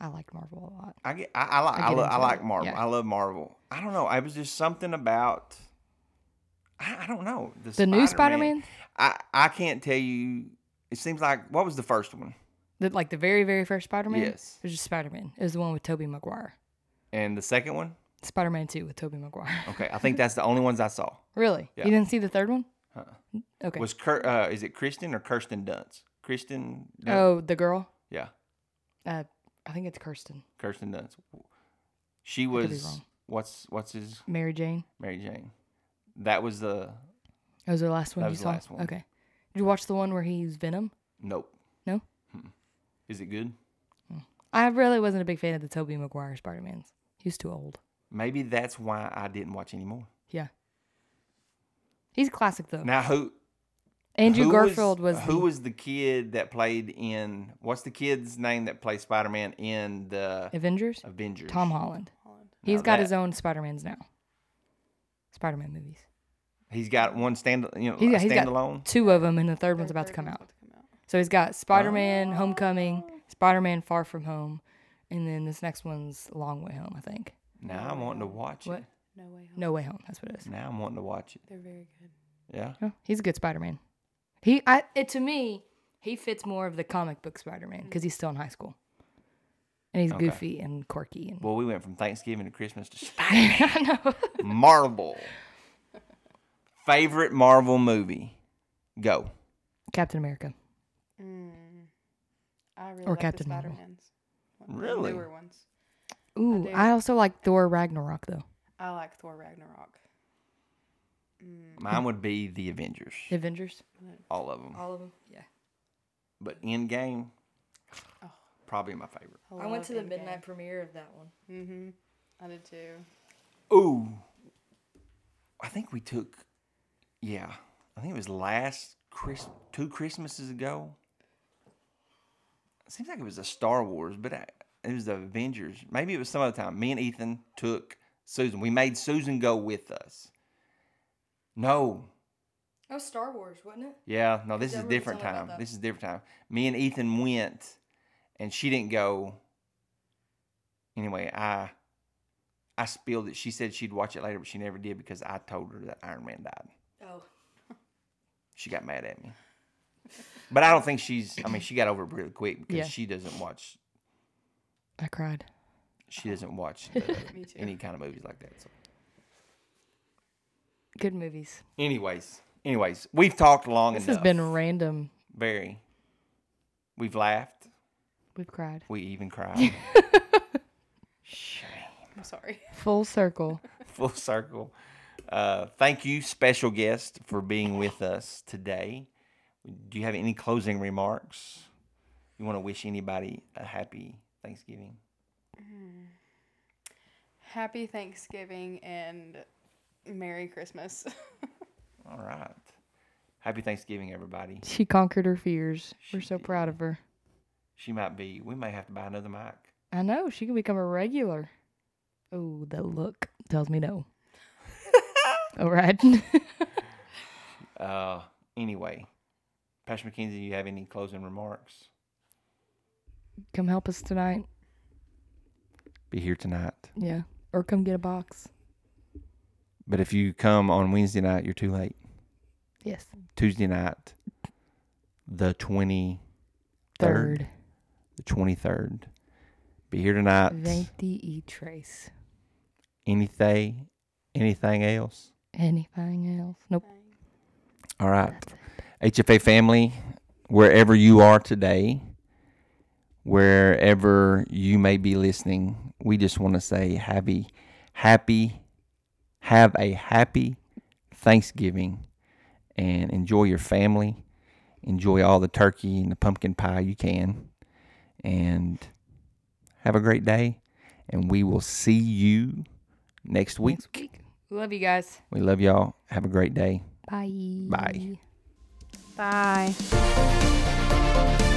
I like Marvel a lot. I get I, I like I, I get lo- I into like it, Marvel. yeah. I love Marvel. I don't know. I was just something about I, I don't know. The, The new Spider-Man? I I can't tell you it seems like what was the first one? The, like the very very first Spider-Man. Yes. it was just Spider-Man. It was the one with Tobey Maguire. And the second one? Spider-Man Two with Tobey Maguire. [LAUGHS] Okay, I think that's the only ones I saw. really? Yeah. Uh-uh. You didn't see the third one? Okay. Was Kir- uh, is it Kristen or Kirsten Dunst? Kristen Dunst? Oh, the girl. Yeah. Uh, I think it's Kirsten. Kirsten Dunst. She could be was wrong. what's what's his Mary Jane. Mary Jane. That was the That was the last one That you was the saw. last one. Okay. Did you watch the one where he's Venom? nope. Hmm. No. Is it good? I really wasn't a big fan of the Tobey Maguire Spider Man's. He was too old. Maybe that's why I didn't watch anymore. Yeah. He's classic though. Now who Andrew who Garfield was, who the, was the kid that played in what's the kid's name that played Spider Man in the Avengers. Avengers? Tom Holland. Holland. He's Now got that- his own Spider Man's now. Spider Man movies. He's got one stand you know He's a got, he's standalone. got two of them, and the third one's Third about to Birdman's come out. about to come out. So he's got Spider Oh. Man Homecoming, Spider Man Far From Home, and then this next one's Long Way Home, I think. now I'm wanting to watch What? it. No way. Home. No Way Home. That's what it is. Now I'm wanting to watch it. They're very good. Yeah. Yeah, he's a good Spider-Man. He, I, it, to me, he fits more of the comic book Spider-Man because he's still in high school, and he's goofy and quirky and. Well, we went from Thanksgiving to Christmas to [LAUGHS] I know. Marvel. Favorite Marvel movie? Go. Captain America. I really Or like Captain the Marvel. Spider-Mans. One- the Really? newer ones. Ooh, do. I, also like Thor Ragnarok though. I like Thor Ragnarok. Mine would be The Avengers. Avengers. All of them. All of them. Yeah. But Endgame, probably my favorite. I went to the midnight premiere of that one. I did too. Ooh. I think we took, yeah, I think it was last Chris, two Christmases ago. It seems like it was a Star Wars, but I, it was the Avengers. Maybe it was some other time. Me and Ethan took Susan. We made Susan go with us. No, That was Star Wars, wasn't it? Yeah, no, this that is what you're different talking about, time. though? This is different time. Me and Ethan went, and she didn't go. Anyway, I I spilled it. She said she'd watch it later, but she never did because I told her that Iron Man died. Oh. She got mad at me. But I don't think she's. I mean, she got over it really quick because Yeah. she doesn't watch. I cried. She doesn't watch the, Me too. any kind of movies like that. So, Good movies. anyways, anyways, we've talked long This enough. has been random. very. We've laughed. We've cried. We even [LAUGHS] cried. I'm sorry. Full circle. full circle. Uh, thank you, special guest, for being with us today. Do you have any closing remarks? You want to wish anybody a happy Thanksgiving? Happy Thanksgiving and Merry Christmas. [LAUGHS] All right. Happy Thanksgiving, everybody. She conquered her fears. We're so proud of her. She might be. We may have to buy another mic. I know she can become a regular. Oh, the look tells me no. All right. [LAUGHS] Uh, anyway, Pastor McKenzie, you have any closing remarks? come help us tonight. Be here tonight. Yeah. Or come get a box. But if you come on Wednesday night, you're too late. Yes. Tuesday night, the 20, Third. Third. the 23rd. Be here tonight. Venti e trace. Anything, anything else? Anything else? Nope. All right. HFA family, wherever you are today, wherever you may be listening, we just want to say happy, happy, have a happy Thanksgiving and enjoy your family. Enjoy all the turkey and the pumpkin pie you can. And have a great day. And we will see you next week. Next week. Love you guys. We love y'all. Have a great day. Bye. Bye. Bye.